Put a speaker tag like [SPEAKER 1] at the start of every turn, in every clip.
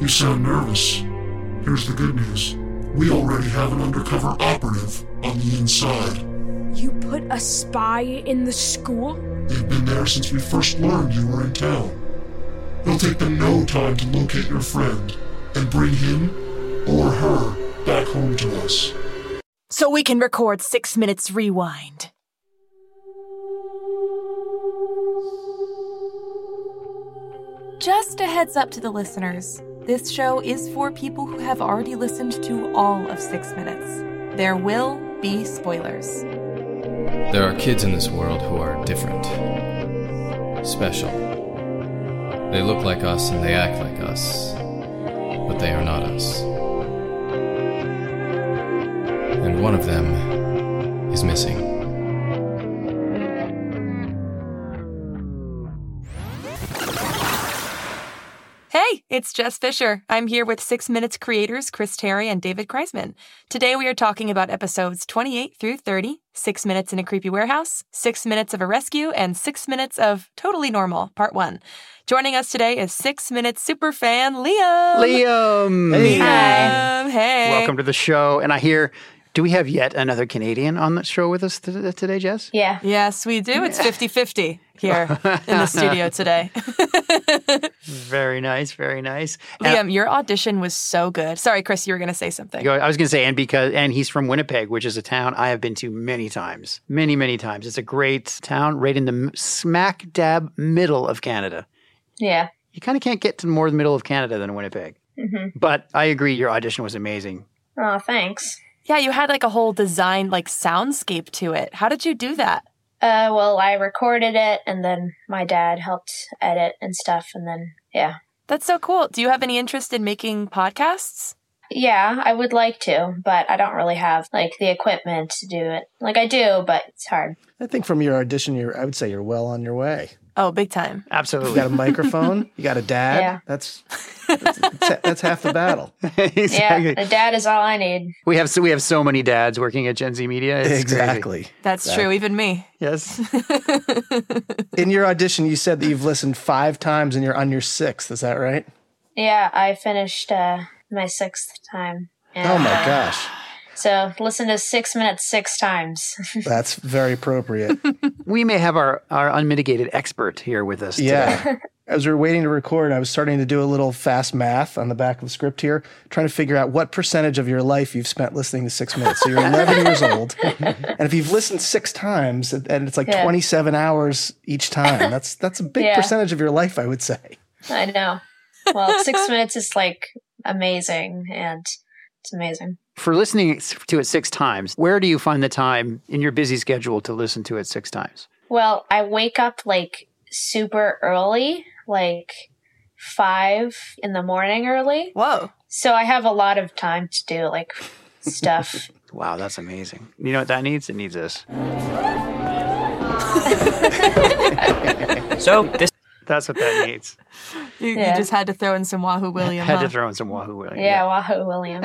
[SPEAKER 1] You sound nervous. Here's the good news. We already have an undercover operative on the inside.
[SPEAKER 2] You put a spy in the school?
[SPEAKER 1] They've been there since we first learned you were in town. It'll take them no time to locate your friend and bring him or her back home to us.
[SPEAKER 3] So we can record six minutes rewind.
[SPEAKER 4] Just a heads up to the listeners this show is for people who have already listened to all of Six Minutes. There will be spoilers.
[SPEAKER 5] There are kids in this world who are different, special. They look like us and they act like us, but they are not us. And one of them is missing.
[SPEAKER 4] Hey, it's Jess Fisher. I'm here with Six Minutes creators Chris Terry and David Kreisman. Today we are talking about episodes 28 through 30, Six Minutes in a Creepy Warehouse, Six Minutes of a Rescue, and Six Minutes of Totally Normal, Part 1. Joining us today is Six Minutes superfan Liam.
[SPEAKER 6] Liam.
[SPEAKER 4] Liam, hey.
[SPEAKER 6] Welcome to the show. And I hear, do we have yet another Canadian on the show with us t- today, Jess?
[SPEAKER 7] Yeah.
[SPEAKER 4] Yes, we do. It's 50 50 here in the studio today.
[SPEAKER 6] Very nice. Very nice. And
[SPEAKER 4] Liam, your audition was so good. Sorry, Chris, you were going to say something.
[SPEAKER 6] I I was going to say, and because, and he's from Winnipeg, which is a town I have been to many times, many, many times. It's a great town right in the m- smack dab middle of Canada.
[SPEAKER 7] Yeah.
[SPEAKER 6] You kind of can't get to more the middle of Canada than Winnipeg.
[SPEAKER 7] Mhm.
[SPEAKER 6] But I agree, your audition was amazing.
[SPEAKER 7] Oh, thanks.
[SPEAKER 4] Yeah, you had like a whole design, like soundscape to it. How did you do that?
[SPEAKER 7] Uh, well, I recorded it, and then my dad helped edit and stuff, and then yeah,
[SPEAKER 4] That's so cool. Do you have any interest in making podcasts?
[SPEAKER 7] yeah, I would like to, but I don't really have like the equipment to do it. Like I do, but it's hard.
[SPEAKER 8] I think from your audition, you're I would say you're well on your way.
[SPEAKER 4] Oh, big time.
[SPEAKER 8] You
[SPEAKER 6] Absolutely.
[SPEAKER 8] got a microphone, you got a dad.
[SPEAKER 7] Yeah.
[SPEAKER 8] That's that's, that's half the battle.
[SPEAKER 6] exactly.
[SPEAKER 7] Yeah, a dad is all I need.
[SPEAKER 6] We have so, we have so many dads working at Gen Z Media. It's crazy.
[SPEAKER 8] exactly.
[SPEAKER 4] That's true, even me.
[SPEAKER 6] Yes.
[SPEAKER 8] In your audition, you said that you've listened five times and you're on your sixth. Is that right?
[SPEAKER 7] Yeah, I finished uh, my sixth time. And,
[SPEAKER 8] Oh my
[SPEAKER 7] uh,
[SPEAKER 8] gosh,
[SPEAKER 7] So listen to six minutes six times.
[SPEAKER 8] that's very appropriate.
[SPEAKER 6] we may have our, our unmitigated expert here with us today.
[SPEAKER 8] Yeah. As we were waiting to record, I was starting to do a little fast math on the back of the script here, trying to figure out what percentage of your life you've spent listening to six minutes. So you're 11 years old. And if you've listened six times and it's like
[SPEAKER 7] Yeah.
[SPEAKER 8] 27 hours each time, that's that's a big
[SPEAKER 7] Yeah.
[SPEAKER 8] percentage of your life, I would say.
[SPEAKER 7] I know. Well, six minutes is like amazing, and it's amazing.
[SPEAKER 6] For listening to it six times, where do you find the time in your busy schedule to listen to it six times?
[SPEAKER 7] Well, I wake up like super early, like five in the morning early.
[SPEAKER 4] Whoa.
[SPEAKER 7] So I have a lot of time to do like stuff.
[SPEAKER 6] Wow, that's amazing. You know what that needs? It needs this.
[SPEAKER 9] So this
[SPEAKER 6] That's what that needs.
[SPEAKER 4] You, you
[SPEAKER 7] Yeah.
[SPEAKER 4] just had to throw in some Wahoo William.
[SPEAKER 6] Had
[SPEAKER 4] huh?
[SPEAKER 6] to throw in some Wahoo William.
[SPEAKER 7] yeah, Wahoo William.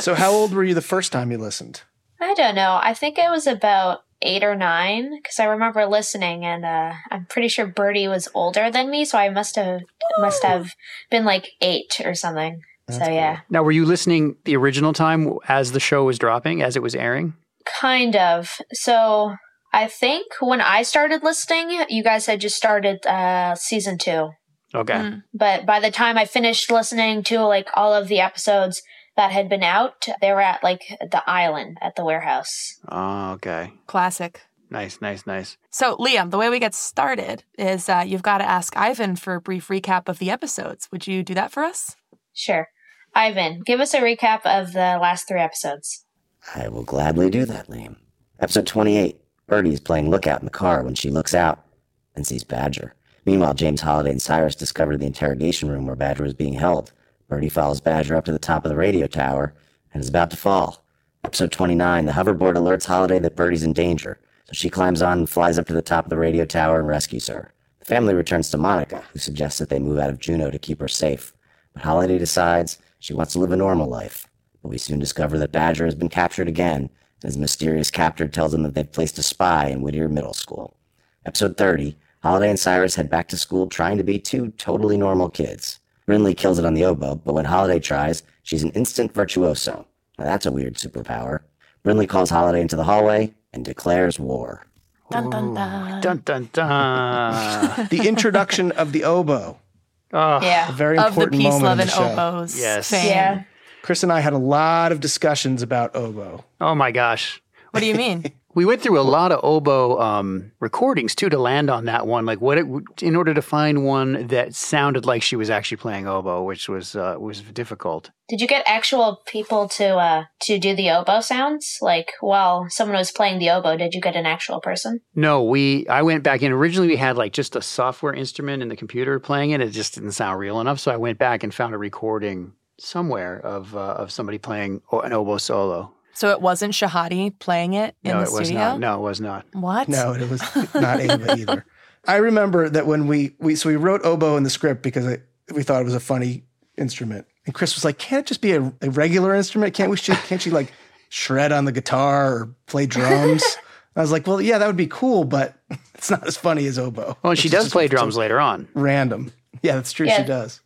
[SPEAKER 8] So how old were you the first time you listened?
[SPEAKER 7] I don't know. I think I was about eight or nine because I remember listening, and uh, I'm pretty sure Birdie was older than me, so I must have must have been like eight or something. so yeah,
[SPEAKER 6] Now, were you listening the original time as the show was dropping, as it was airing?
[SPEAKER 7] Kind of. So I think when I started listening, you guys had just started uh, season two.
[SPEAKER 6] Okay.
[SPEAKER 4] Mm.
[SPEAKER 7] But by the time I finished listening to like all of the episodes that had been out, they were at like the island at the warehouse.
[SPEAKER 6] Oh, okay.
[SPEAKER 4] Classic.
[SPEAKER 6] Nice, nice, nice.
[SPEAKER 4] So, Liam, the way we get started is uh, you've got to ask Ivan for a brief recap of the episodes. Would you do that for us?
[SPEAKER 7] Sure. Ivan, give us a recap of the last three episodes.
[SPEAKER 10] I will gladly do that, Liam. Episode 28 Birdie is playing lookout in the car when she looks out and sees Badger. Meanwhile, James Holiday and Cyrus discover the interrogation room where Badger was being held. Birdie follows Badger up to the top of the radio tower and is about to fall. Episode 29 The hoverboard alerts Holiday that Birdie's in danger, so she climbs on and flies up to the top of the radio tower and rescues her. The family returns to Monica, who suggests that they move out of Juneau to keep her safe. But Holiday decides she wants to live a normal life. But we soon discover that Badger has been captured again, and his mysterious captor tells him that they've placed a spy in Whittier Middle School. Episode 30 Holiday and Cyrus head back to school trying to be two totally normal kids. Rinley kills it on the oboe, but when Holiday tries, she's an instant virtuoso. Now that's a weird superpower. Rinley calls Holiday into the hallway and declares war.
[SPEAKER 4] Dun dun dun.
[SPEAKER 6] Dun dun dun.
[SPEAKER 8] The introduction of the oboe,
[SPEAKER 6] oh,
[SPEAKER 8] a
[SPEAKER 7] Yeah.
[SPEAKER 8] very
[SPEAKER 4] Of the
[SPEAKER 8] important
[SPEAKER 4] peace,
[SPEAKER 8] moment
[SPEAKER 4] love,
[SPEAKER 8] in
[SPEAKER 4] and
[SPEAKER 8] the show.
[SPEAKER 4] oboes.
[SPEAKER 6] Yes.
[SPEAKER 4] Fame.
[SPEAKER 7] Yeah.
[SPEAKER 8] Chris and I had a lot of discussions about oboe.
[SPEAKER 6] oh my gosh.
[SPEAKER 4] What do you mean?
[SPEAKER 6] We went through a lot of oboe um, recordings too to land on that one. Like what it, in order to find one that sounded like she was actually playing oboe, which was uh, was difficult.
[SPEAKER 7] Did you get actual people to uh to do the oboe sounds? Like while someone was playing the oboe, did you get an actual person?
[SPEAKER 6] No, we I went back in. Originally, we had like just a software instrument and the computer playing it. It just didn't sound real enough, so I went back and found a recording somewhere of uh, of somebody playing o- an oboe solo.
[SPEAKER 4] So it wasn't Shahadi playing it in
[SPEAKER 6] no,
[SPEAKER 4] the
[SPEAKER 6] it was
[SPEAKER 4] studio?
[SPEAKER 6] not. No, it was not.
[SPEAKER 4] What?
[SPEAKER 8] No, it was not Ava either. I remember that when we, we so we wrote oboe in the script because I, we thought it was a funny instrument, and Chris was like, "Can't it just be a, a regular instrument? Can't we? She, can't she like shred on the guitar or play drums?" I was like, "Well, yeah, that would be cool, but it's not as funny as oboe."
[SPEAKER 6] Well, and she
[SPEAKER 8] It's
[SPEAKER 6] does
[SPEAKER 8] just
[SPEAKER 6] play drums later on.
[SPEAKER 8] Random. Yeah, that's true. She
[SPEAKER 7] Yeah.
[SPEAKER 8] does.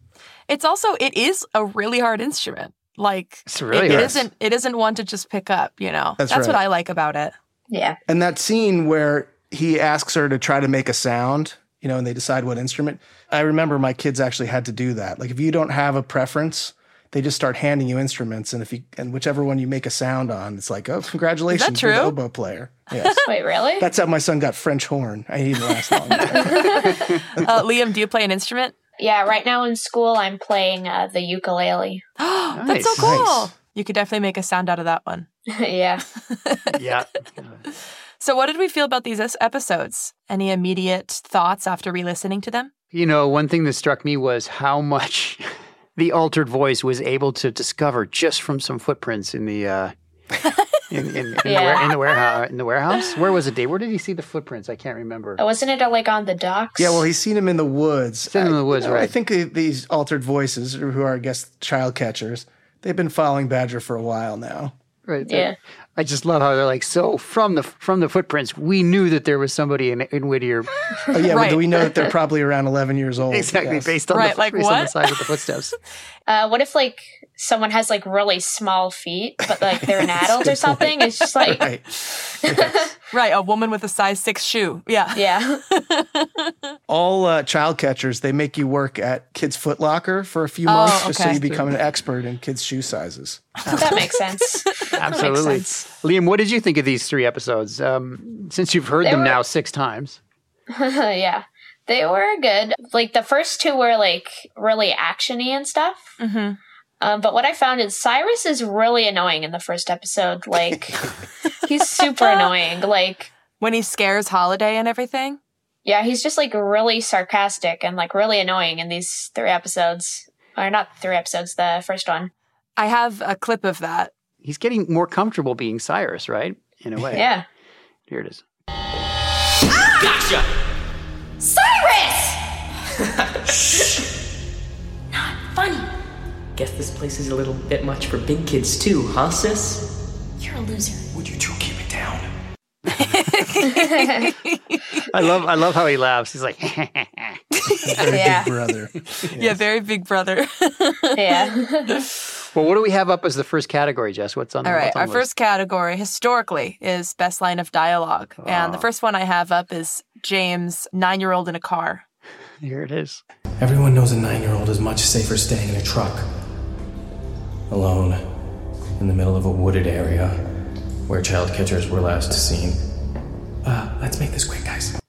[SPEAKER 4] It's also it is a really hard instrument. Like
[SPEAKER 6] It's really
[SPEAKER 4] it, it
[SPEAKER 6] hard.
[SPEAKER 4] isn't it isn't one to just pick up, you know.
[SPEAKER 8] That's
[SPEAKER 4] what
[SPEAKER 8] right.
[SPEAKER 4] I like about it.
[SPEAKER 7] Yeah.
[SPEAKER 8] And that scene where he asks her to try to make a sound, you know, and they decide what instrument. I remember my kids actually had to do that. Like if you don't have a preference, they just start handing you instruments, and if you and whichever one you make a sound on, it's like, oh, congratulations, you're the
[SPEAKER 4] true?
[SPEAKER 8] oboe player. Yes,
[SPEAKER 7] Wait, really?
[SPEAKER 8] that's how my son got French horn. I didn't last long.
[SPEAKER 4] Uh, Liam, do you play an instrument?
[SPEAKER 7] yeah, right now in school I'm playing uh, the ukulele.
[SPEAKER 4] That's so
[SPEAKER 6] Nice.
[SPEAKER 4] cool.
[SPEAKER 8] Nice.
[SPEAKER 4] You could definitely make a sound out of that one.
[SPEAKER 7] yeah.
[SPEAKER 6] yeah.
[SPEAKER 4] So what did we feel about these es- episodes? Any immediate thoughts after re-listening to them?
[SPEAKER 6] You know, one thing that struck me was how much the altered voice was able to discover just from some footprints in the uh, in, in, in, the, ware- in the warehouse. In the warehouse, where was it, Dave? Where did he see the footprints? I can't remember.
[SPEAKER 7] Uh, Wasn't it uh, like on the docks?
[SPEAKER 8] yeah, well, he's seen him in the woods.
[SPEAKER 6] Seen him in
[SPEAKER 8] I-
[SPEAKER 6] the woods,
[SPEAKER 8] you know, I
[SPEAKER 6] right.
[SPEAKER 8] think uh, these altered voices, who are I guess child catchers, they've been following Badger for a while now.
[SPEAKER 6] right. there.
[SPEAKER 7] Yeah.
[SPEAKER 6] I just love how they're like, so from the from the footprints, we knew that there was somebody in, in Whittier.
[SPEAKER 8] Oh yeah,
[SPEAKER 4] Right.
[SPEAKER 8] well, we know that they're probably around eleven years old.
[SPEAKER 6] Exactly,
[SPEAKER 8] yes.
[SPEAKER 6] based on
[SPEAKER 4] Right,
[SPEAKER 6] the
[SPEAKER 4] like
[SPEAKER 6] based on the
[SPEAKER 4] what?
[SPEAKER 6] size of the footsteps.
[SPEAKER 7] Uh, what if like someone has like really small feet, but like they're an adult or something? It's just like
[SPEAKER 8] Right.
[SPEAKER 4] Right, a woman with a size 6 shoe. Yeah.
[SPEAKER 7] yeah,
[SPEAKER 8] All uh, child catchers, they make you work at Kids Foot Locker for a few months just so
[SPEAKER 4] Oh, okay.
[SPEAKER 8] you become an expert in kids' shoe sizes.
[SPEAKER 7] that makes sense.
[SPEAKER 6] Absolutely,
[SPEAKER 7] sense.
[SPEAKER 6] Liam. What did you think of these three episodes? Um, since you've heard
[SPEAKER 7] They
[SPEAKER 6] them
[SPEAKER 7] were-
[SPEAKER 6] now six times,
[SPEAKER 7] yeah, they were good. Like the first two were like really actiony and stuff.
[SPEAKER 4] Mhm.
[SPEAKER 7] Um, but what I found is Cyrus is really annoying in the first episode. Like he's super annoying. Like
[SPEAKER 4] When he scares Holiday and everything.
[SPEAKER 7] yeah, he's just like really sarcastic and like really annoying in these three episodes. Or not three episodes, the first one.
[SPEAKER 4] I have a clip of that.
[SPEAKER 6] he's getting more comfortable being Cyrus, right? In a way,
[SPEAKER 7] Yeah.
[SPEAKER 6] Here it is.
[SPEAKER 9] Guess this place is a little bit much for big kids too, huh, sis?
[SPEAKER 6] I love I love how he laughs. He's like,
[SPEAKER 7] Yeah.
[SPEAKER 8] Brother.
[SPEAKER 4] Yeah, very big brother.
[SPEAKER 7] Yeah.
[SPEAKER 6] well, what do we have up as the first category, Jess? What's on?
[SPEAKER 4] All
[SPEAKER 6] the,
[SPEAKER 4] right,
[SPEAKER 6] what's on
[SPEAKER 4] our
[SPEAKER 6] the
[SPEAKER 4] first category historically is best line of dialogue. And
[SPEAKER 8] Ah.
[SPEAKER 4] the first one I have up is James, nine year old in a car.
[SPEAKER 6] list? Here it is.
[SPEAKER 9] Everyone knows a nine year old is much safer staying in a truck. Alone, in the middle of a wooded area where child catchers were last seen. Uh, let's make this quick, guys.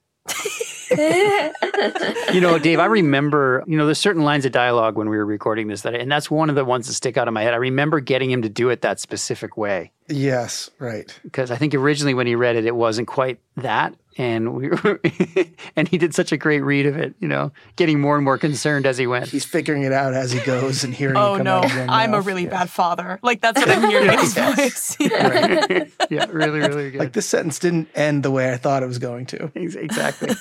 [SPEAKER 6] You know, Dave, I remember. You know, there's certain lines of dialogue when we were recording this that, and that's one of the ones that stick out in my head. I remember getting him to do it that specific way
[SPEAKER 8] yes, right.
[SPEAKER 6] because I think originally when he read it, it wasn't quite that, and we were, and he did such a great read of it. You know, getting more and more concerned as he went.
[SPEAKER 8] He's figuring it out as he goes and hearing it
[SPEAKER 4] Oh
[SPEAKER 8] come
[SPEAKER 4] no,
[SPEAKER 8] out of your
[SPEAKER 4] I'm a
[SPEAKER 8] mouth.
[SPEAKER 4] really
[SPEAKER 8] Yes.
[SPEAKER 4] bad father. Like, that's what I'm hearing in his voice.
[SPEAKER 6] yeah, really, really good.
[SPEAKER 8] Like this sentence didn't end the way I thought it was going to.
[SPEAKER 6] Ex- Exactly.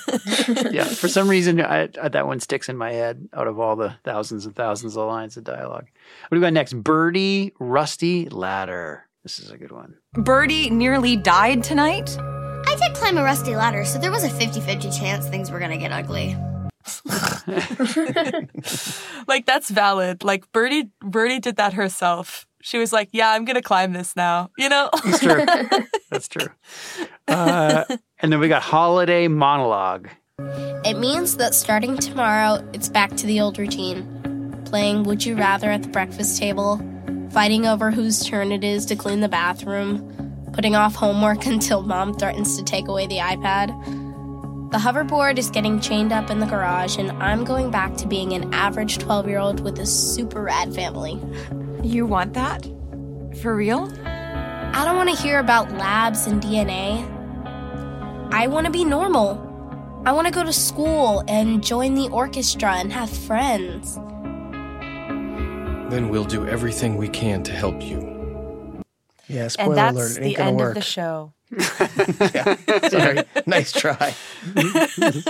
[SPEAKER 6] yeah. For some reason, I, I, that one sticks in my head out of all the thousands and thousands of lines of dialogue. What do we got next? Birdie, Rusty, Ladder. This is a good one.
[SPEAKER 11] Birdie nearly died tonight?
[SPEAKER 12] I did climb a rusty ladder, so there was a 50 50 chance things were gonna get ugly.
[SPEAKER 4] like that's valid. Like Birdie, Birdie did that herself. She was like, "Yeah, I'm gonna climb this now." You know,
[SPEAKER 6] That's true. That's true. Uh, and then we got holiday monologue.
[SPEAKER 12] It means that starting tomorrow, it's back to the old routine playing Would You Rather at the breakfast table, fighting over whose turn it is to clean the bathroom, putting off homework until mom threatens to take away the iPad. The hoverboard is getting chained up in the garage, and I'm going back to being an average 12 year old with a super rad family.
[SPEAKER 11] You want that? For real?
[SPEAKER 12] I don't want to hear about labs and DNA. I want to be normal. I want to go to school and join the orchestra and have friends.
[SPEAKER 9] Then we'll do everything we can to help you.
[SPEAKER 8] Yeah, spoiler
[SPEAKER 4] and that's
[SPEAKER 8] alert. It ain't
[SPEAKER 4] the
[SPEAKER 8] gonna
[SPEAKER 4] end
[SPEAKER 8] work.
[SPEAKER 4] of the show.
[SPEAKER 8] yeah, sorry. nice try.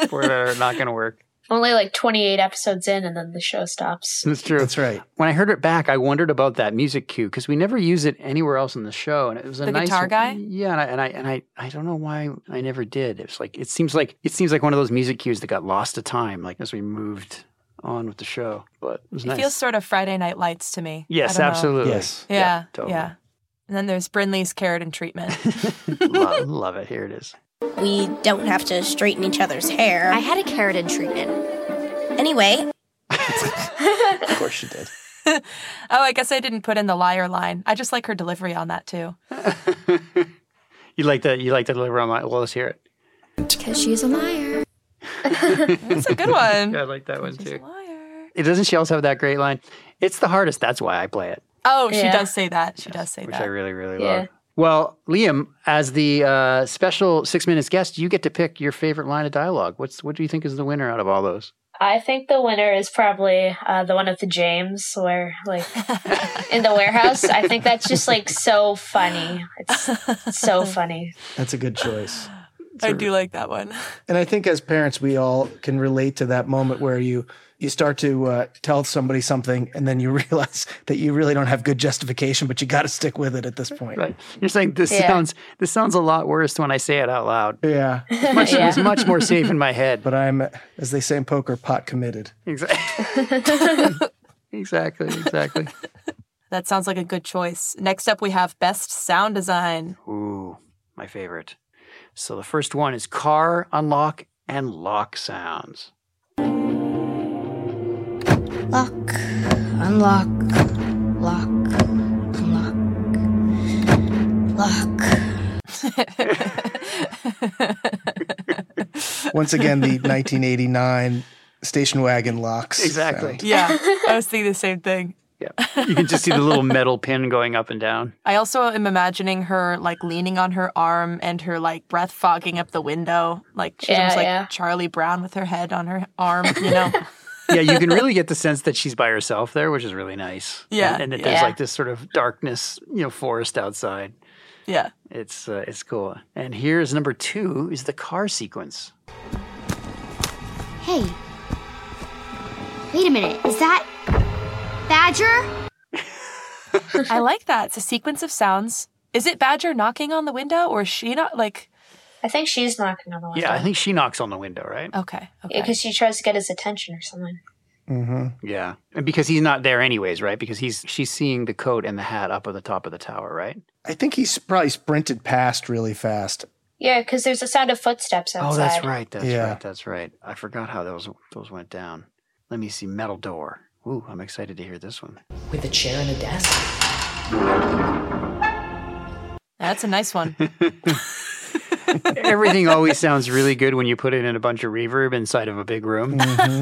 [SPEAKER 6] We're not going to work.
[SPEAKER 7] Only like 28 episodes in, and then the show stops.
[SPEAKER 6] That's true.
[SPEAKER 8] That's right.
[SPEAKER 6] When I heard it back, I wondered about that music cue because we never use it anywhere else in the show, and it was a
[SPEAKER 4] The
[SPEAKER 6] nice
[SPEAKER 4] guitar guy?
[SPEAKER 6] Yeah, and I, and I and I I don't know why I never did. It's like it seems like it seems like one of those music cues that got lost to time, like as we moved on with the show. But it was
[SPEAKER 4] It
[SPEAKER 6] nice.
[SPEAKER 4] feels sort of Friday Night Lights to me.
[SPEAKER 6] yes,
[SPEAKER 4] I don't know.
[SPEAKER 6] absolutely.
[SPEAKER 8] Yes.
[SPEAKER 4] Yeah, yeah.
[SPEAKER 6] totally.
[SPEAKER 4] And then there's Brinley's carrot and treatment.
[SPEAKER 6] love, love it. Here it is.
[SPEAKER 12] We don't have to straighten each other's hair.
[SPEAKER 13] I had a keratin treatment.
[SPEAKER 12] anyway,
[SPEAKER 8] Of course you did.
[SPEAKER 4] oh, I guess I didn't put in the liar line. I just like her delivery on that too.
[SPEAKER 6] You like the you like the deliver on that? Well, let's hear it.
[SPEAKER 13] Because she's a liar.
[SPEAKER 4] That's a good one.
[SPEAKER 6] Yeah, I like that one too.
[SPEAKER 4] Liar.
[SPEAKER 6] It doesn't she also have that great line? It's the hardest. That's why I play it.
[SPEAKER 4] Oh, she
[SPEAKER 7] Yeah.
[SPEAKER 4] does say that. She does say
[SPEAKER 6] which I
[SPEAKER 4] that.
[SPEAKER 6] really, really
[SPEAKER 7] Yeah.
[SPEAKER 6] love. Well, Liam, as the uh, special six minutes guest, you get to pick your favorite line of dialogue. What's what do you think is the winner out of all those?
[SPEAKER 7] I think the winner is probably uh, the one of the James, where like in the warehouse. I think that's just like so funny. It's so funny.
[SPEAKER 8] That's a good choice.
[SPEAKER 4] I do like that one.
[SPEAKER 8] And I think as parents, we all can relate to that moment where you you start to uh, tell somebody something, and then you realize that you really don't have good justification, but you got to stick with it at this point.
[SPEAKER 6] Right. You're saying this
[SPEAKER 7] Yeah.
[SPEAKER 6] sounds this sounds a lot worse when I say it out loud.
[SPEAKER 8] Yeah.
[SPEAKER 6] Much,
[SPEAKER 7] Yeah.
[SPEAKER 6] It's much more safe in my head. But
[SPEAKER 8] But I'm, as they say in poker, pot committed.
[SPEAKER 6] exactly, exactly, exactly.
[SPEAKER 4] That sounds like a good choice. Next up, we have best sound design.
[SPEAKER 6] Ooh, my favorite. So the first one is car unlock and lock sounds.
[SPEAKER 13] Lock, unlock, lock, unlock, lock.
[SPEAKER 8] Once again, the 1989 station wagon locks.
[SPEAKER 6] Exactly.
[SPEAKER 4] Yeah, I was thinking the same thing.
[SPEAKER 6] Yeah. You can just see the little metal pin going up and down.
[SPEAKER 4] I also am imagining her like leaning on her arm and her like breath fogging up the window. Like she's
[SPEAKER 7] Yeah,
[SPEAKER 4] almost like
[SPEAKER 7] yeah.
[SPEAKER 4] Charlie Brown with her head on her arm, you know?
[SPEAKER 6] yeah, you can really get the sense that she's by herself there, which is really nice.
[SPEAKER 4] Yeah.
[SPEAKER 6] and, and that there's
[SPEAKER 7] Yeah.
[SPEAKER 6] like this sort of darkness, you know, forest outside.
[SPEAKER 4] yeah.
[SPEAKER 6] It's uh, it's cool. And here's number two is the car sequence.
[SPEAKER 13] Hey. Wait a minute. Is that Badger?
[SPEAKER 4] I like that. It's a sequence of sounds. Is it Badger knocking on the window or is she not like
[SPEAKER 7] I think she's knocking on the window.
[SPEAKER 6] Yeah, I think she knocks on the window, right?
[SPEAKER 4] okay, okay.
[SPEAKER 7] because she tries to get his attention or something.
[SPEAKER 8] hmm
[SPEAKER 6] Yeah, and because he's not there anyways, right? Because he's she's seeing the coat and the hat up at the top of the tower, right?
[SPEAKER 8] I think he's probably sprinted past really fast.
[SPEAKER 7] Yeah, because there's a sound of footsteps outside.
[SPEAKER 6] Oh, that's right. That's
[SPEAKER 8] Yeah.
[SPEAKER 6] right. That's right. I forgot how those those went down. Let me see. Metal door. Ooh, I'm excited to hear this one.
[SPEAKER 14] with a chair and a desk.
[SPEAKER 4] That's a nice one.
[SPEAKER 6] Everything always sounds really good when you put it in a bunch of reverb inside of a big room.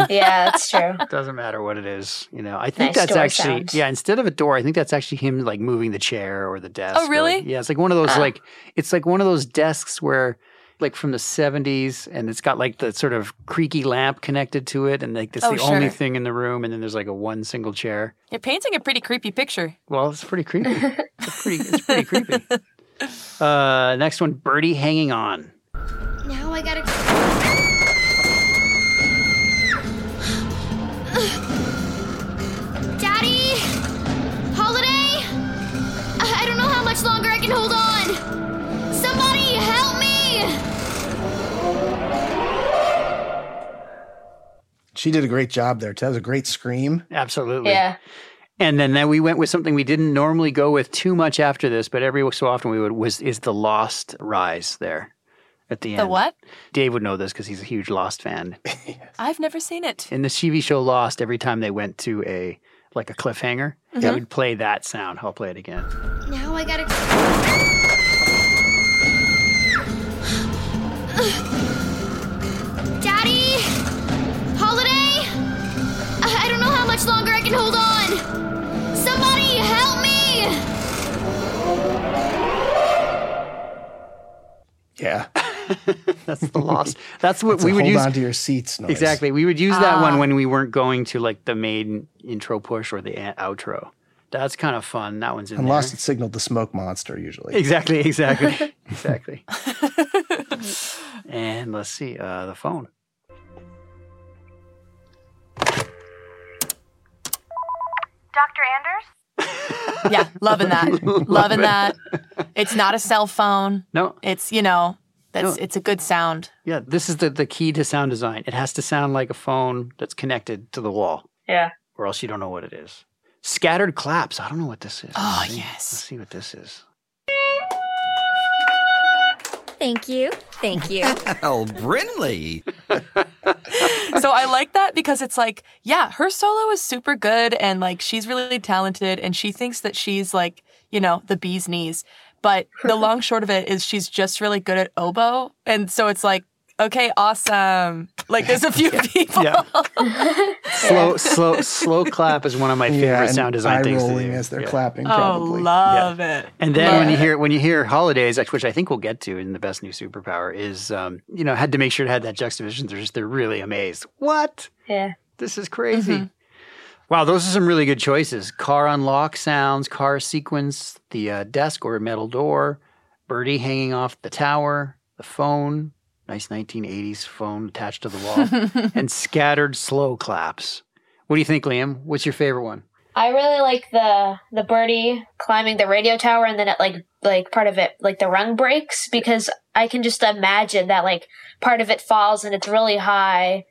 [SPEAKER 7] Yeah, that's true.
[SPEAKER 6] Doesn't matter what it is, you know. I think
[SPEAKER 7] Nice
[SPEAKER 6] that's
[SPEAKER 7] door
[SPEAKER 6] actually
[SPEAKER 7] sound.
[SPEAKER 6] yeah. Instead of a door, I think that's actually him like moving the chair or the desk. or,
[SPEAKER 4] really?
[SPEAKER 6] like- yeah, it's like one of those
[SPEAKER 7] Ah.
[SPEAKER 6] like it's like one of those desks where like from the '70s, and it's got like the sort of creaky lamp connected to it, and like that's
[SPEAKER 4] Oh,
[SPEAKER 6] the only
[SPEAKER 4] sure.
[SPEAKER 6] thing in the room, and then there's like a one single chair.
[SPEAKER 4] You're painting a pretty creepy picture.
[SPEAKER 6] Well, it's pretty creepy. it's pretty. It's pretty creepy. Uh, next one, birdie hanging on.
[SPEAKER 13] Now I gotta. Daddy! Holiday! I I don't know how much longer I can hold on! Somebody help me!
[SPEAKER 8] She did a great job there. too. That was a great scream.
[SPEAKER 6] Absolutely. Yeah. And then, then we went with something we didn't normally go with too much after this, but every so often we would was is the Lost rise there at the,
[SPEAKER 4] The
[SPEAKER 6] end.
[SPEAKER 4] what?
[SPEAKER 6] Dave would know this because he's a huge Lost fan.
[SPEAKER 4] I've never seen it.
[SPEAKER 6] In the TV show Lost, every time they went to a like a cliffhanger, they
[SPEAKER 4] Mhm.
[SPEAKER 6] would play that sound. I'll play it again.
[SPEAKER 13] Now I gotta. Daddy! Holiday! I I don't know how much longer I can hold on! Somebody help me!
[SPEAKER 8] Yeah.
[SPEAKER 6] That's the Lost. That's what
[SPEAKER 8] It's a
[SPEAKER 6] we would
[SPEAKER 8] hold
[SPEAKER 6] use.
[SPEAKER 8] on to your seats noise.
[SPEAKER 6] Exactly. We would use that
[SPEAKER 8] Ah.
[SPEAKER 6] one when we weren't going to like the main intro push or the a- outro. That's kind of fun. That one's in
[SPEAKER 8] And
[SPEAKER 6] there.
[SPEAKER 8] Lost it signaled the smoke monster usually.
[SPEAKER 6] Exactly, exactly, exactly. and let's see, uh, the phone.
[SPEAKER 15] Dr. Anders?
[SPEAKER 4] Yeah, loving that. loving that. It's not a cell phone.
[SPEAKER 6] No.
[SPEAKER 4] It's, you know, that's
[SPEAKER 6] No.
[SPEAKER 4] it's a good sound.
[SPEAKER 6] Yeah, this is the, the key to sound design. It has to sound like a phone that's connected to the wall,
[SPEAKER 7] Yeah.
[SPEAKER 6] or else you don't know what it is. Scattered claps. I don't know what this is.
[SPEAKER 4] Oh,
[SPEAKER 6] Let's see.
[SPEAKER 4] yes.
[SPEAKER 6] Let's see what this is.
[SPEAKER 15] Thank you. Thank you.
[SPEAKER 16] Well, Brinley.
[SPEAKER 4] so I like that because it's like, yeah, her solo is super good and like she's really talented and she thinks that she's like, you know, the bee's knees. But the long short of it is she's just really good at oboe. And so it's like, okay, awesome. Like there's a few people. Oh,
[SPEAKER 6] Yeah. Slow, slow, slow clap is one of my favorite
[SPEAKER 8] and
[SPEAKER 6] sound design
[SPEAKER 8] eye
[SPEAKER 6] things. to
[SPEAKER 8] rolling
[SPEAKER 6] do.
[SPEAKER 8] as they're
[SPEAKER 6] Yeah.
[SPEAKER 8] clapping.
[SPEAKER 4] Oh,
[SPEAKER 8] Probably.
[SPEAKER 4] love it.
[SPEAKER 6] And then
[SPEAKER 4] Love
[SPEAKER 6] when you
[SPEAKER 4] it.
[SPEAKER 6] hear when you hear holidays, which I think we'll get to in the best new superpower, is um, you know had to make sure it had that juxtaposition. They're just they're really amazed. What?
[SPEAKER 7] Yeah.
[SPEAKER 6] This is crazy. Wow, those are some really good choices. Car unlock sounds, car sequence, the uh, desk or metal door, birdie hanging off the tower, the phone, nice 1980s phone attached to the wall, and scattered slow claps. What do you think, Liam? What's your favorite one?
[SPEAKER 7] I really like the the birdie climbing the radio tower and then it like like part of it like the rung breaks because I can just imagine that like part of it falls and it's really high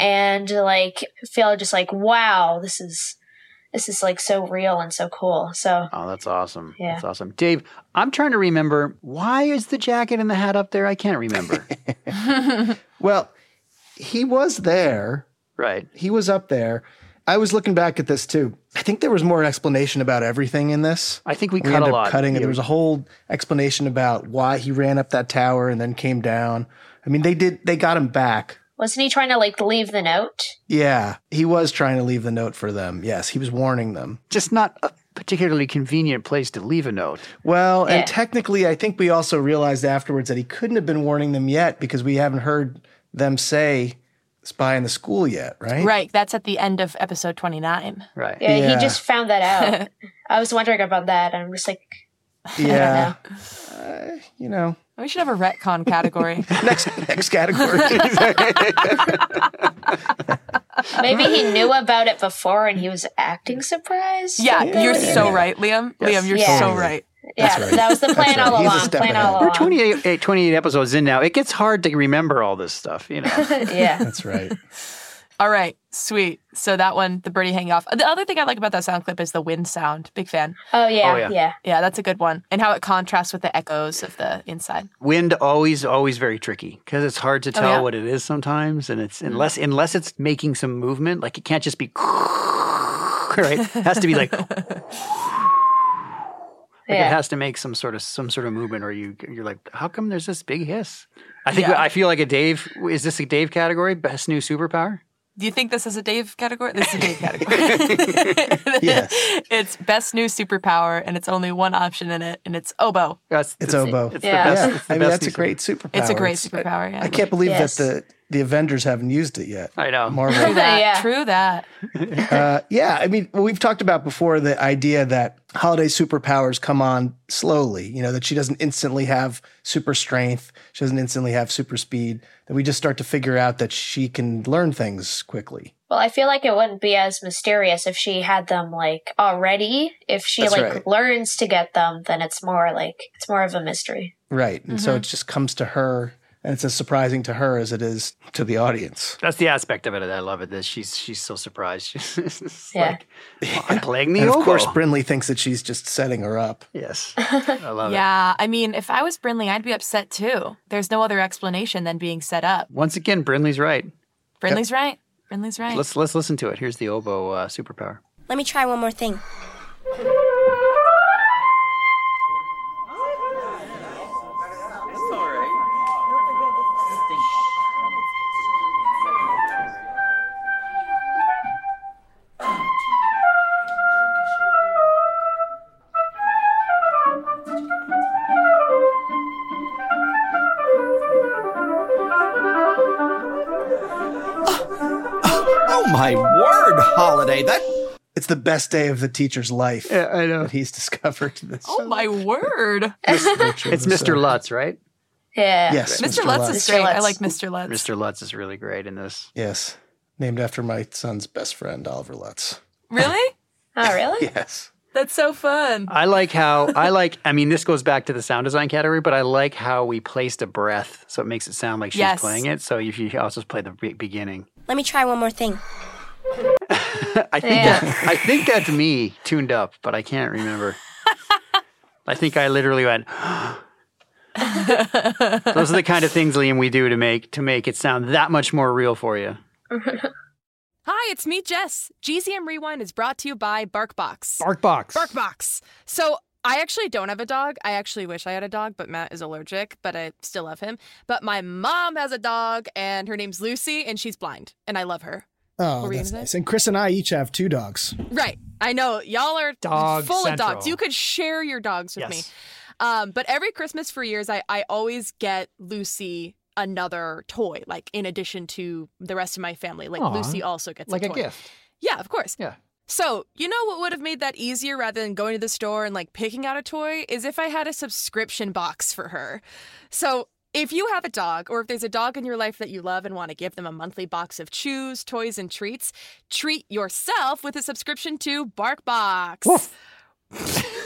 [SPEAKER 7] and like feel just like wow this is this is like so real and so cool so
[SPEAKER 6] Oh, that's awesome.
[SPEAKER 7] Yeah.
[SPEAKER 6] That's awesome. Dave, I'm trying to remember why is the jacket and the hat up there? I can't remember.
[SPEAKER 8] Well, he was there.
[SPEAKER 6] Right.
[SPEAKER 8] He was up there. I was looking back at this too. I think there was more explanation about everything in this.
[SPEAKER 6] I think we cut a
[SPEAKER 8] ended up
[SPEAKER 6] lot.
[SPEAKER 8] Cutting it.
[SPEAKER 6] Yeah.
[SPEAKER 8] There was a whole explanation about why he ran up that tower and then came down. I mean, they did. They got him back.
[SPEAKER 7] wasn't he trying to like leave the note
[SPEAKER 8] Yeah, he was trying to leave the note for them. Yes, he was warning them.
[SPEAKER 6] Just not a particularly convenient place to leave a note.
[SPEAKER 8] Well,
[SPEAKER 6] Yeah.
[SPEAKER 8] and technically, I think we also realized afterwards that he couldn't have been warning them yet because we haven't heard them say "spy in the school" yet, right?
[SPEAKER 4] Right. That's at the end of episode 29.
[SPEAKER 6] Right.
[SPEAKER 7] yeah, he
[SPEAKER 8] Yeah.
[SPEAKER 7] just found that out I was wondering about that and I'm just like
[SPEAKER 8] Yeah. Uh, you know,
[SPEAKER 4] We should have a retcon category.
[SPEAKER 8] next next category.
[SPEAKER 7] maybe he knew about it before and he was acting surprised
[SPEAKER 4] yeah,
[SPEAKER 7] Something
[SPEAKER 4] you're
[SPEAKER 7] like that.
[SPEAKER 4] so right, Liam.
[SPEAKER 7] Yes.
[SPEAKER 4] Liam, you're
[SPEAKER 7] Yeah.
[SPEAKER 4] so right.
[SPEAKER 7] yeah that was the plan all along plan all along
[SPEAKER 6] We're 28, eh, 28 episodes in now. It gets hard to remember all this stuff, you know.
[SPEAKER 7] yeah.
[SPEAKER 8] That's right.
[SPEAKER 4] All right, sweet. So that one, the birdie hanging off. The other thing I like about that sound clip is the wind sound. Big fan.
[SPEAKER 7] Oh yeah, Oh, yeah. yeah.
[SPEAKER 4] Yeah, that's a good one. And how it contrasts with the echoes of the inside.
[SPEAKER 6] Wind always always very tricky because it's hard to
[SPEAKER 4] Oh,
[SPEAKER 6] tell
[SPEAKER 4] yeah.
[SPEAKER 6] what it is sometimes and it's
[SPEAKER 4] Mhm.
[SPEAKER 6] unless unless it's making some movement, like it can't just be right. It has to be like Like
[SPEAKER 4] Yeah.
[SPEAKER 6] it has to make some sort of some sort of movement, or you you're like, how come there's this big hiss? I think
[SPEAKER 4] Yeah.
[SPEAKER 6] I feel like a Dave. Is this a Dave category? Best new superpower?
[SPEAKER 4] Do you think this is a Dave category? This is a Dave category.
[SPEAKER 6] Yes.
[SPEAKER 4] it's best new superpower, and it's only one option in it, and it's oboe.
[SPEAKER 6] That's
[SPEAKER 8] It's oboe.
[SPEAKER 4] It's the Yeah. best- it's the
[SPEAKER 8] I mean,
[SPEAKER 4] best
[SPEAKER 8] that's a
[SPEAKER 4] new
[SPEAKER 8] great superpower.
[SPEAKER 4] It's a great superpower. Yeah.
[SPEAKER 8] I can't believe that the the Avengers haven't used it yet.
[SPEAKER 6] I know.
[SPEAKER 4] True
[SPEAKER 8] Marvel.
[SPEAKER 4] that. True that.
[SPEAKER 8] uh, yeah, I mean, well, we've talked about before the idea that holiday superpowers come on slowly. You know that she doesn't instantly have super strength, she doesn't instantly have super speed. That we just start to figure out that she can learn things quickly.
[SPEAKER 7] Well, I feel like it wouldn't be as mysterious if she had them like already. If she
[SPEAKER 8] That's
[SPEAKER 7] like
[SPEAKER 8] right.
[SPEAKER 7] learns to get them, then it's more like it's more of a mystery.
[SPEAKER 8] Right. And so
[SPEAKER 17] Mm-hmm.
[SPEAKER 7] Mhm.
[SPEAKER 8] it just comes to her and it's as surprising to her as it is to the audience.
[SPEAKER 6] That's the aspect of it that I love. It that she's she's so surprised. She's it's
[SPEAKER 7] Yeah.
[SPEAKER 6] like, "Oh, I'm playing the
[SPEAKER 8] and
[SPEAKER 6] oboe.
[SPEAKER 8] of course, Brinley thinks that she's just setting her up.
[SPEAKER 6] Yes, I love it.
[SPEAKER 17] yeah, I mean, if I was Brinley, I'd be upset too. There's no other explanation than being set up.
[SPEAKER 6] Once again, Brinley's right.
[SPEAKER 17] Brinley's right. Brinley's right.
[SPEAKER 6] Let's let's listen to it. Here's the oboe uh, superpower.
[SPEAKER 12] Let me try one more thing.
[SPEAKER 16] Oh my word, Holiday! That
[SPEAKER 8] It's the best day of the teacher's life. Yeah,
[SPEAKER 6] uh,
[SPEAKER 8] I know. That he's discovered this.
[SPEAKER 17] Oh my word.
[SPEAKER 6] it's Mr. Lutz, right?
[SPEAKER 7] Yeah.
[SPEAKER 8] Yes,
[SPEAKER 17] Mr.
[SPEAKER 8] Mr.
[SPEAKER 17] Lutz
[SPEAKER 8] Lutz.
[SPEAKER 17] is
[SPEAKER 8] Mr.
[SPEAKER 17] great. I
[SPEAKER 8] Lutz.
[SPEAKER 17] like Mr. Lutz.
[SPEAKER 6] Mr. Lutz is really great in this.
[SPEAKER 8] Yes, named after my son's best friend, Oliver Lutz.
[SPEAKER 17] Really?
[SPEAKER 7] oh, really?
[SPEAKER 8] Yes.
[SPEAKER 17] That's so fun.
[SPEAKER 6] I like how I like. I mean, this goes back to the sound design category, but I like how we placed a breath, so it makes it sound like she's
[SPEAKER 12] Yes.
[SPEAKER 6] playing it. So if you also play the be- beginning,
[SPEAKER 12] Let me try one more thing.
[SPEAKER 6] I think
[SPEAKER 12] Yeah.
[SPEAKER 6] that, I think that's me tuned up, but I can't remember. I think I literally went. Those are the kind of things, Liam, we do to make to make it sound that much more real for you.
[SPEAKER 4] Hi, it's me, Jess. GZM Rewind is brought to you by Barkbox.
[SPEAKER 6] Barkbox.
[SPEAKER 4] Barkbox. So I actually don't have a dog. I actually wish I had a dog, but Matt is allergic, but I still love him. But my mom has a dog, and her name's Lucy, and she's blind, and I love her. What
[SPEAKER 18] Oh,
[SPEAKER 4] were you
[SPEAKER 18] that's
[SPEAKER 4] gonna
[SPEAKER 18] nice. And Chris and I each have two dogs.
[SPEAKER 4] Right. I know y'all are
[SPEAKER 18] Dog
[SPEAKER 4] full of dogs.
[SPEAKER 18] central.
[SPEAKER 4] You could share your dogs with me.
[SPEAKER 18] Yes.
[SPEAKER 4] Um, but every Christmas for years, I, I always get Lucy another toy, like in addition to the rest of my family. Like
[SPEAKER 19] Aw,
[SPEAKER 4] Lucy also gets
[SPEAKER 19] like
[SPEAKER 4] a,
[SPEAKER 19] a
[SPEAKER 4] toy.
[SPEAKER 19] gift.
[SPEAKER 4] Yeah, of course.
[SPEAKER 6] Yeah.
[SPEAKER 4] So, you know what would have made that easier rather than going to the store and like picking out a toy is if I had a subscription box for her. So, if you have a dog or if there's a dog in your life that you love and want to give them a monthly box of chews, toys, and treats, treat yourself with a subscription to BarkBox.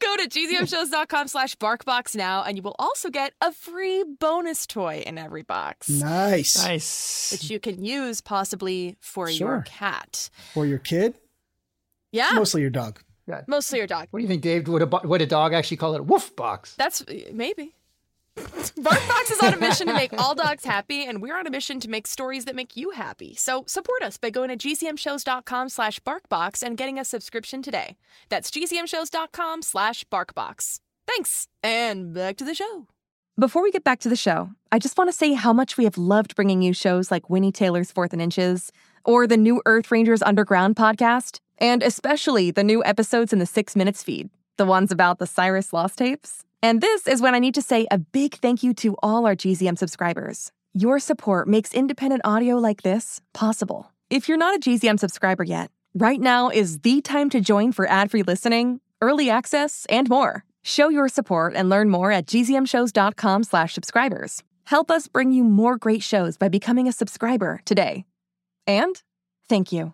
[SPEAKER 4] Go to gzmshows.com slash barkbox now, and you will also get a free bonus toy in every box.
[SPEAKER 18] Nice.
[SPEAKER 4] Which you can use possibly for your
[SPEAKER 18] Sure.
[SPEAKER 4] cat.
[SPEAKER 18] For your kid?
[SPEAKER 4] Yeah.
[SPEAKER 18] Mostly your dog.
[SPEAKER 4] Mostly your dog.
[SPEAKER 19] What do you think, Dave? Would a, bo- would a dog actually call it a woof box?
[SPEAKER 4] That's maybe. Barkbox is on a mission to make all dogs happy, and we're on a mission to make stories that make you happy. So support us by going to gcmshows.com slash barkbox and getting a subscription today. That's gcmshows.com slash barkbox. Thanks, and back to the show.
[SPEAKER 20] Before we get back to the show, I just want to say how much we have loved bringing you shows like Winnie Taylor's Fourth and Inches, or the new Earth Rangers Underground podcast, and especially the new episodes in the Six Minutes feed, the ones about the Cyrus Lost tapes. And this is when I need to say a big thank you to all our GZM subscribers. Your support makes independent audio like this possible. If you're not a GZM subscriber yet, right now is the time to join for ad free listening, early access, and more. Show your support and learn more at gzmshows.com slash subscribers. Help us bring you more great shows by becoming a subscriber today. And thank you.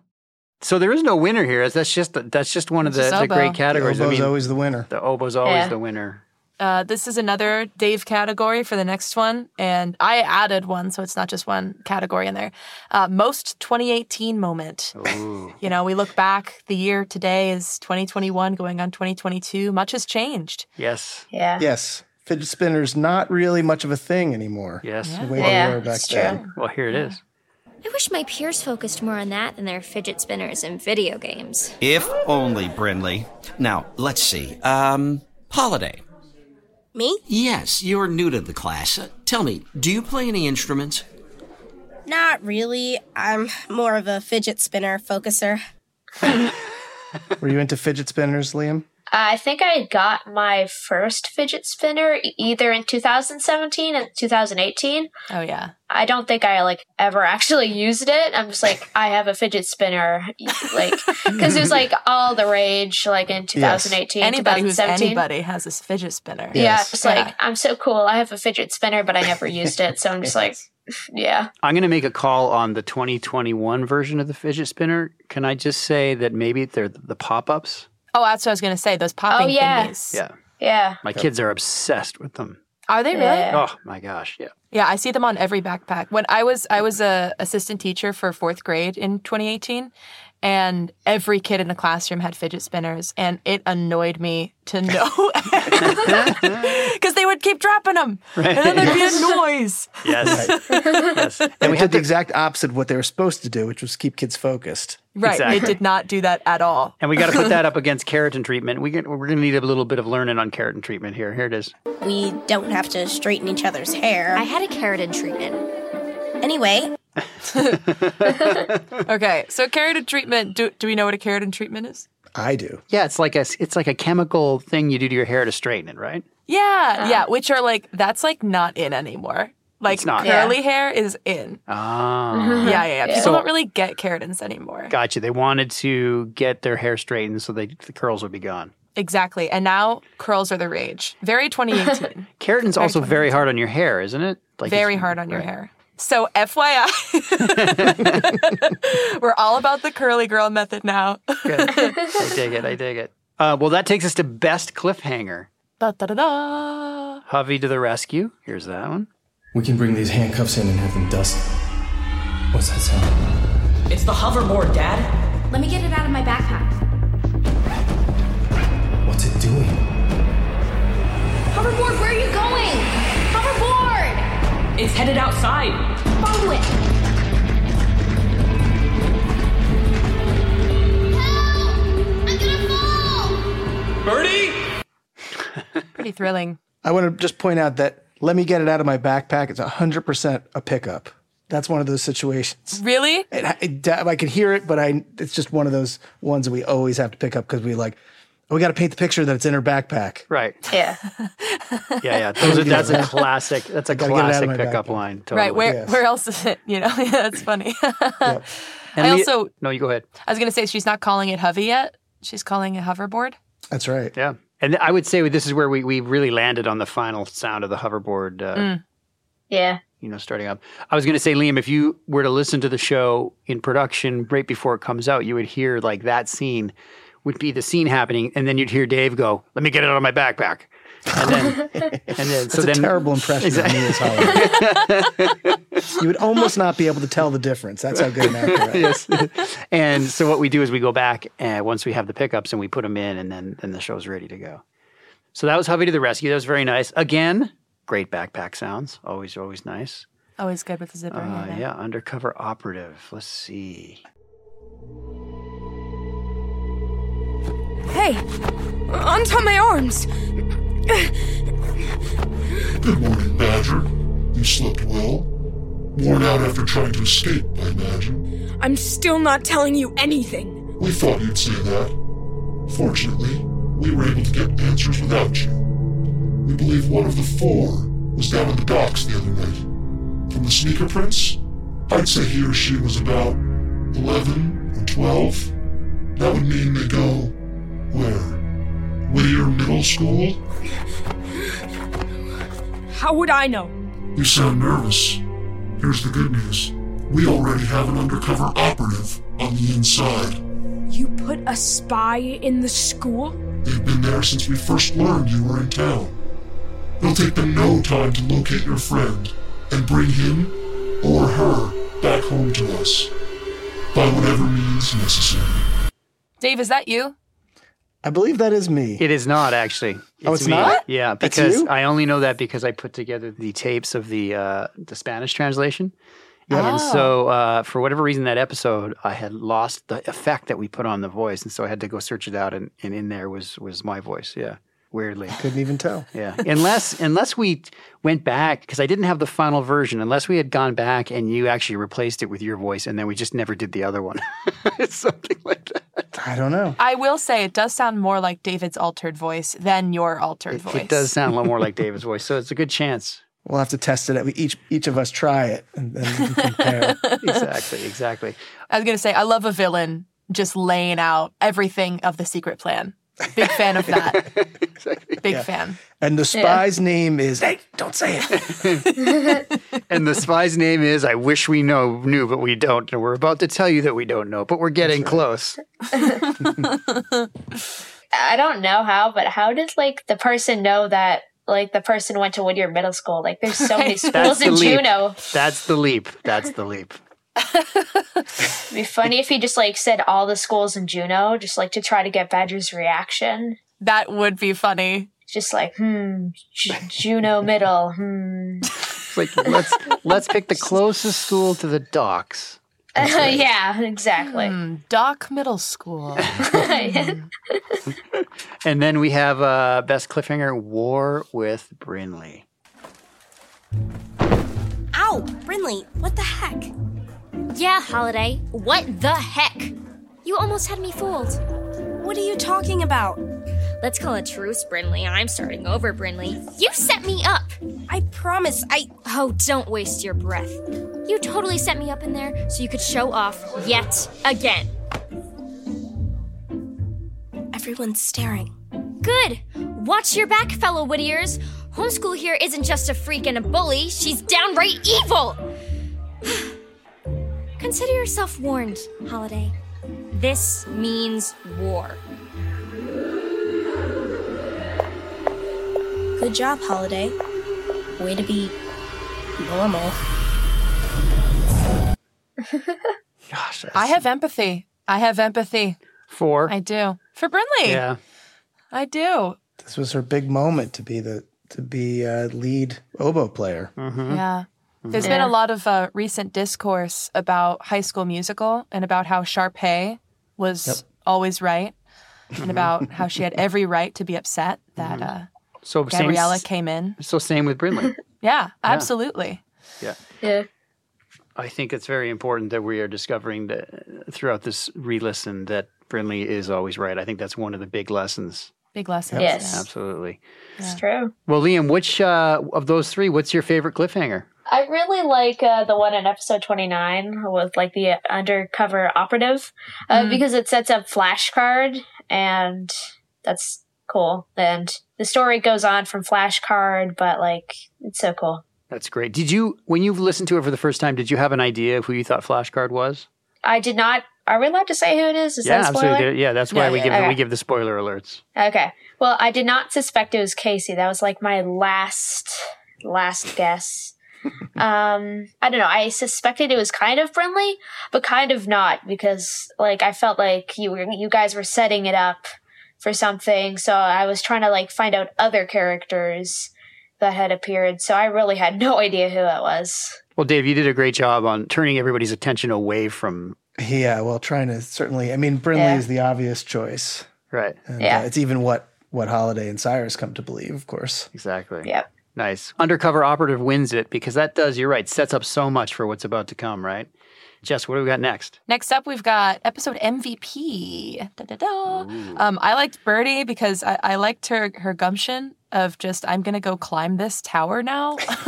[SPEAKER 6] So there is no winner here. That's just that's just one of the,
[SPEAKER 17] It's just
[SPEAKER 6] the
[SPEAKER 17] oboe.
[SPEAKER 6] great categories.
[SPEAKER 8] The
[SPEAKER 6] I
[SPEAKER 8] oboe's
[SPEAKER 6] mean,
[SPEAKER 8] always the winner.
[SPEAKER 6] The oboe's always
[SPEAKER 17] Yeah.
[SPEAKER 6] the winner.
[SPEAKER 17] Uh, this is another Dave category for the next one, and I added one, so it's not just one category in there. Uh, most 2018 moment. You know, we look back. The year today is 2021, going on 2022. Much has changed.
[SPEAKER 6] Yes.
[SPEAKER 7] Yeah.
[SPEAKER 8] Yes. Fidget spinner's not really much of a thing anymore.
[SPEAKER 6] Yes.
[SPEAKER 8] The way
[SPEAKER 7] Yeah,
[SPEAKER 8] they were back
[SPEAKER 7] it's true.
[SPEAKER 8] then.
[SPEAKER 6] Well, here it is.
[SPEAKER 15] I wish my peers focused more on that than their fidget spinners and video games.
[SPEAKER 16] if only Brinley. Now let's see. Um, Holiday.
[SPEAKER 12] Me?
[SPEAKER 16] Yes, you're new to the class. Uh, tell me, do you play any instruments?
[SPEAKER 12] Not really. I'm more of a fidget spinner focuser.
[SPEAKER 8] Were you into fidget spinners, Liam?
[SPEAKER 7] I think I got my first fidget spinner e- either in 2017 and 2018.
[SPEAKER 17] Oh yeah.
[SPEAKER 7] I don't think I like ever actually used it. I'm just like I have a fidget spinner, like because it was like all the rage, like in 2018,
[SPEAKER 17] Anybody who's
[SPEAKER 7] 2017.
[SPEAKER 17] anybody has this fidget spinner.
[SPEAKER 7] Yeah, it's like I'm so cool. I have a fidget spinner, but I never used it. So I'm just like, yeah.
[SPEAKER 6] I'm going to make a call on the 2021 version of the fidget spinner. Can I just say that maybe they're the pop-ups?
[SPEAKER 17] Oh, that's what I was gonna say. Those popping
[SPEAKER 7] yeah.
[SPEAKER 17] thingies.
[SPEAKER 6] Yeah.
[SPEAKER 7] Yeah.
[SPEAKER 6] My kids are obsessed with them.
[SPEAKER 4] Are they really?
[SPEAKER 6] Oh my gosh, yeah.
[SPEAKER 4] Yeah, I see them on every backpack. When I was I was a assistant teacher for fourth grade in 2018, and every kid in the classroom had fidget spinners, and it annoyed me to no end because they would keep dropping them, and then there'd be a noise.
[SPEAKER 6] Yes.
[SPEAKER 8] And we had the exact opposite of what they were supposed to do, which was keep kids focused.
[SPEAKER 4] Right, it
[SPEAKER 6] Exactly.
[SPEAKER 4] did not do that at all.
[SPEAKER 6] And we got to put that up against keratin treatment. We get, we're going to need a little bit of learning on keratin treatment here. Here it is.
[SPEAKER 12] We don't have to straighten each other's hair. I had a keratin treatment. Anyway,
[SPEAKER 4] okay, so keratin treatment. Do, do we know what a keratin treatment is?
[SPEAKER 8] I do.
[SPEAKER 6] Yeah, it's like a it's like a chemical thing you do to your hair to straighten it, right?
[SPEAKER 4] Yeah, yeah, which are like that's like not in anymore. Like
[SPEAKER 6] It's not.
[SPEAKER 4] curly
[SPEAKER 6] Yeah.
[SPEAKER 4] hair is in.
[SPEAKER 6] Ah.
[SPEAKER 4] Yeah, yeah, yeah. People
[SPEAKER 6] So-
[SPEAKER 4] don't really get keratins anymore.
[SPEAKER 6] Gotcha. They wanted to get their hair straightened so they, the curls would be gone.
[SPEAKER 4] Exactly. And now curls are the rage. Very 2018.
[SPEAKER 6] Keratin's also very hard on your hair, isn't it? it's-
[SPEAKER 4] very hard on your
[SPEAKER 6] right.
[SPEAKER 4] hair. So, FYI, we're all about the curly girl method now.
[SPEAKER 6] Good. I dig it. I dig it. Uh, well, that takes us to best cliffhanger.
[SPEAKER 4] Da, da, da, da.
[SPEAKER 6] Hovey to the rescue. Here's that one.
[SPEAKER 9] We can bring these handcuffs in and have them dust. What's that sound?
[SPEAKER 14] It's the hoverboard, Dad.
[SPEAKER 13] Let me get it out of my backpack.
[SPEAKER 9] What's it doing?
[SPEAKER 13] Hoverboard, where are you going? Hoverboard!
[SPEAKER 14] It's headed outside.
[SPEAKER 13] Follow it!
[SPEAKER 9] Birdie?
[SPEAKER 4] Pretty thrilling.
[SPEAKER 8] I want to just point out that let me get it out of my backpack. It's 100% a pickup. That's one of those situations.
[SPEAKER 4] Really?
[SPEAKER 8] It, it, I could hear it, but I it's just one of those ones that we always have to pick up because we like, oh, we got to paint the picture that it's in her backpack.
[SPEAKER 6] Right.
[SPEAKER 12] Yeah.
[SPEAKER 6] Yeah, yeah. Those are, that's a classic. That's a
[SPEAKER 8] Gotta get it out of
[SPEAKER 6] classic
[SPEAKER 8] my
[SPEAKER 6] pickup
[SPEAKER 8] backpack.
[SPEAKER 6] line.
[SPEAKER 4] Right. Where,
[SPEAKER 6] Oh, Yes.
[SPEAKER 4] where else is it? You know, yeah, that's funny.
[SPEAKER 6] And
[SPEAKER 4] I
[SPEAKER 6] Leah-
[SPEAKER 4] also,
[SPEAKER 6] no, you go ahead.
[SPEAKER 4] I was going to say she's not calling it hovey yet. She's calling it hoverboard.
[SPEAKER 8] That's right.
[SPEAKER 6] Yeah. And I would say this is where we, we really landed on the final sound of the hoverboard, uh,
[SPEAKER 4] Mm.
[SPEAKER 7] Yeah.
[SPEAKER 6] you know, starting up. I was going to say, Liam, if you were to listen to the show in production right before it comes out, you would hear like that scene would be the scene happening. And then you'd hear Dave go, let me get it out of my backpack. And then, and then,
[SPEAKER 8] That's
[SPEAKER 6] so
[SPEAKER 8] a
[SPEAKER 6] then,
[SPEAKER 8] terrible impression of me as Hollywood. you would almost not be able to tell the difference. That's how good an actor I am.
[SPEAKER 6] yes. And so what we do is we go back and once we have the pickups and we put them in and then then the show's ready to go. So that was Hovey to the rescue. That was very nice. Again, great backpack sounds. Always, always nice.
[SPEAKER 4] Always good with the zipper. in your
[SPEAKER 6] Uh,
[SPEAKER 4] neck.
[SPEAKER 6] yeah, undercover operative. Let's see.
[SPEAKER 2] Hey, untie my arms.
[SPEAKER 1] Good morning, Badger. You slept well? Worn out after trying to escape, I imagine.
[SPEAKER 2] I'm still not telling you anything.
[SPEAKER 1] We thought you'd say that. Fortunately, we were able to get answers without you. We believe one of the four was down in the docks the other night. From the sneaker prints, I'd say he or she was about 11 or 12. That would mean they go where? Whittier Middle School?
[SPEAKER 2] How would I know?
[SPEAKER 1] You sound nervous. Here's the good news. We already have an undercover operative on the inside.
[SPEAKER 2] You put a spy in the school?
[SPEAKER 1] They've been there since we first learned you were in town. It'll take them no time to locate your friend and bring him or her back home to us by whatever means necessary.
[SPEAKER 4] Dave, is that you?
[SPEAKER 8] I believe that is me.
[SPEAKER 6] It is not actually.
[SPEAKER 8] Oh, it's not?
[SPEAKER 6] Yeah,
[SPEAKER 8] That's
[SPEAKER 6] because
[SPEAKER 8] you?
[SPEAKER 6] I only know that because I put together the tapes of the uh, the Spanish translation.
[SPEAKER 8] Yeah.
[SPEAKER 6] And
[SPEAKER 8] Oh.
[SPEAKER 6] so, uh, for whatever reason, that episode I had lost the effect that we put on the voice, and so I had to go search it out, and, and in there was was my voice. Yeah, weirdly.
[SPEAKER 8] Couldn't even tell.
[SPEAKER 6] Yeah, unless unless we t- went back because I didn't have the final version. Unless we had gone back and you actually replaced it with your voice, and then we just never did the other one. it's something like that.
[SPEAKER 8] I don't know.
[SPEAKER 4] I will say it does sound more like David's altered voice than your altered voice.
[SPEAKER 6] It does sound a lot more like David's voice, so it's a good chance.
[SPEAKER 8] We'll have to test it. out. We each each of us try it and then we can compare.
[SPEAKER 6] Exactly, exactly.
[SPEAKER 4] I was going to say, I love a villain just laying out everything of the secret plan. Big fan of that. Big fan.
[SPEAKER 8] And the
[SPEAKER 4] Yeah.
[SPEAKER 8] spy's name is Hey, don't say it.
[SPEAKER 6] And the spy's name is I wish we know knew, but we don't, and we're about to tell you that we don't know, but we're getting close.
[SPEAKER 7] I don't know how, but how did like the person know that like the person went to Whittier Middle School. Like there's so many schools
[SPEAKER 6] the
[SPEAKER 7] in
[SPEAKER 6] leap.
[SPEAKER 7] Juneau.
[SPEAKER 6] That's the leap. That's the leap.
[SPEAKER 7] It'd be funny if he just like said all the schools in Juneau, just like to try to get Badger's reaction.
[SPEAKER 4] That would be funny.
[SPEAKER 7] Just like, hmm, J- Juneau Middle, hmm.
[SPEAKER 6] It's like let's let's pick the closest school to the docks.
[SPEAKER 7] yeah, exactly.
[SPEAKER 6] Hmm.
[SPEAKER 4] Doc Middle School.
[SPEAKER 6] And then we have uh, best cliffhanger war with Brinley.
[SPEAKER 15] Ow! Brinley, what the heck? Yeah, Holiday, what the heck? You almost had me fooled. What are you talking about? Let's call a truce, Brinley. I'm starting over, Brinley. You set me up! I promise, I. Oh, don't waste your breath. You totally set me up in there so you could show off yet again.
[SPEAKER 12] Everyone's staring.
[SPEAKER 15] Good! Watch your back, fellow Whittiers! Homeschool here isn't just a freak and a bully, she's downright evil! Consider yourself warned, Holiday. This means war.
[SPEAKER 12] Good job, Holiday. Way to be normal.
[SPEAKER 4] I have empathy. I have empathy.
[SPEAKER 6] For
[SPEAKER 4] I do. For Brinley.
[SPEAKER 8] Yeah.
[SPEAKER 4] I do.
[SPEAKER 8] This was her big moment to be the to be uh, lead oboe player. Mm-hmm.
[SPEAKER 4] Yeah. There's been a lot of uh, recent discourse about High School Musical and about how Sharpay was
[SPEAKER 6] Yep.
[SPEAKER 4] always right and about how she had every right to be upset that uh,
[SPEAKER 6] So same-
[SPEAKER 4] Gabriella came in.
[SPEAKER 6] So same with Brinley.
[SPEAKER 4] Yeah, absolutely.
[SPEAKER 6] Yeah.
[SPEAKER 7] Yeah.
[SPEAKER 6] I think it's very important that we are discovering that throughout this re-listen that Brinley is always right. I think that's one of the big lessons.
[SPEAKER 4] Big lesson.
[SPEAKER 6] Absolutely.
[SPEAKER 7] It's true.
[SPEAKER 6] Well, Liam, which uh, of those three, what's your favorite cliffhanger?
[SPEAKER 7] I really like uh, the one in episode 29 with like the undercover operative
[SPEAKER 6] Hmm.
[SPEAKER 7] uh, because it sets up flashcard and that's cool. And the story goes on from flashcard, but like it's so cool.
[SPEAKER 6] That's great. Did you, when you listened to it for the first time, did you have an idea of who you thought Flashcard was?
[SPEAKER 7] I did not. Are we allowed to say who it is? Is
[SPEAKER 6] yeah,
[SPEAKER 7] that a spoiler?
[SPEAKER 6] absolutely. Yeah, that's why
[SPEAKER 7] Yeah,
[SPEAKER 6] we
[SPEAKER 7] yeah.
[SPEAKER 6] give the, we
[SPEAKER 7] Okay.
[SPEAKER 6] give the spoiler alerts.
[SPEAKER 7] Okay. Well, I did not suspect it was Casey. That was like my last last guess. um, I don't know. I suspected it was kind of Brinley, but kind of not because like I felt like you were you guys were setting it up for something. So I was trying to like find out other characters that had appeared. So I really had no idea who it was.
[SPEAKER 6] Well, Dave, you did a great job on turning everybody's attention away from
[SPEAKER 8] Yeah, well, trying to certainly. I mean, Brinley
[SPEAKER 7] Yeah.
[SPEAKER 8] is the obvious choice,
[SPEAKER 6] right?
[SPEAKER 8] and
[SPEAKER 6] Yeah.
[SPEAKER 8] uh, it's even what what Holiday and Cyrus come to believe, of course.
[SPEAKER 6] Exactly.
[SPEAKER 7] Yep.
[SPEAKER 6] Nice. Undercover operative wins it because that does. You're right. Sets up so much for what's about to come. Right. Jess, what do we got next?
[SPEAKER 4] Next up, we've got episode MVP. Da, da, da. Um, I liked Birdie because I, I liked her her gumption of just I'm gonna go climb this tower now.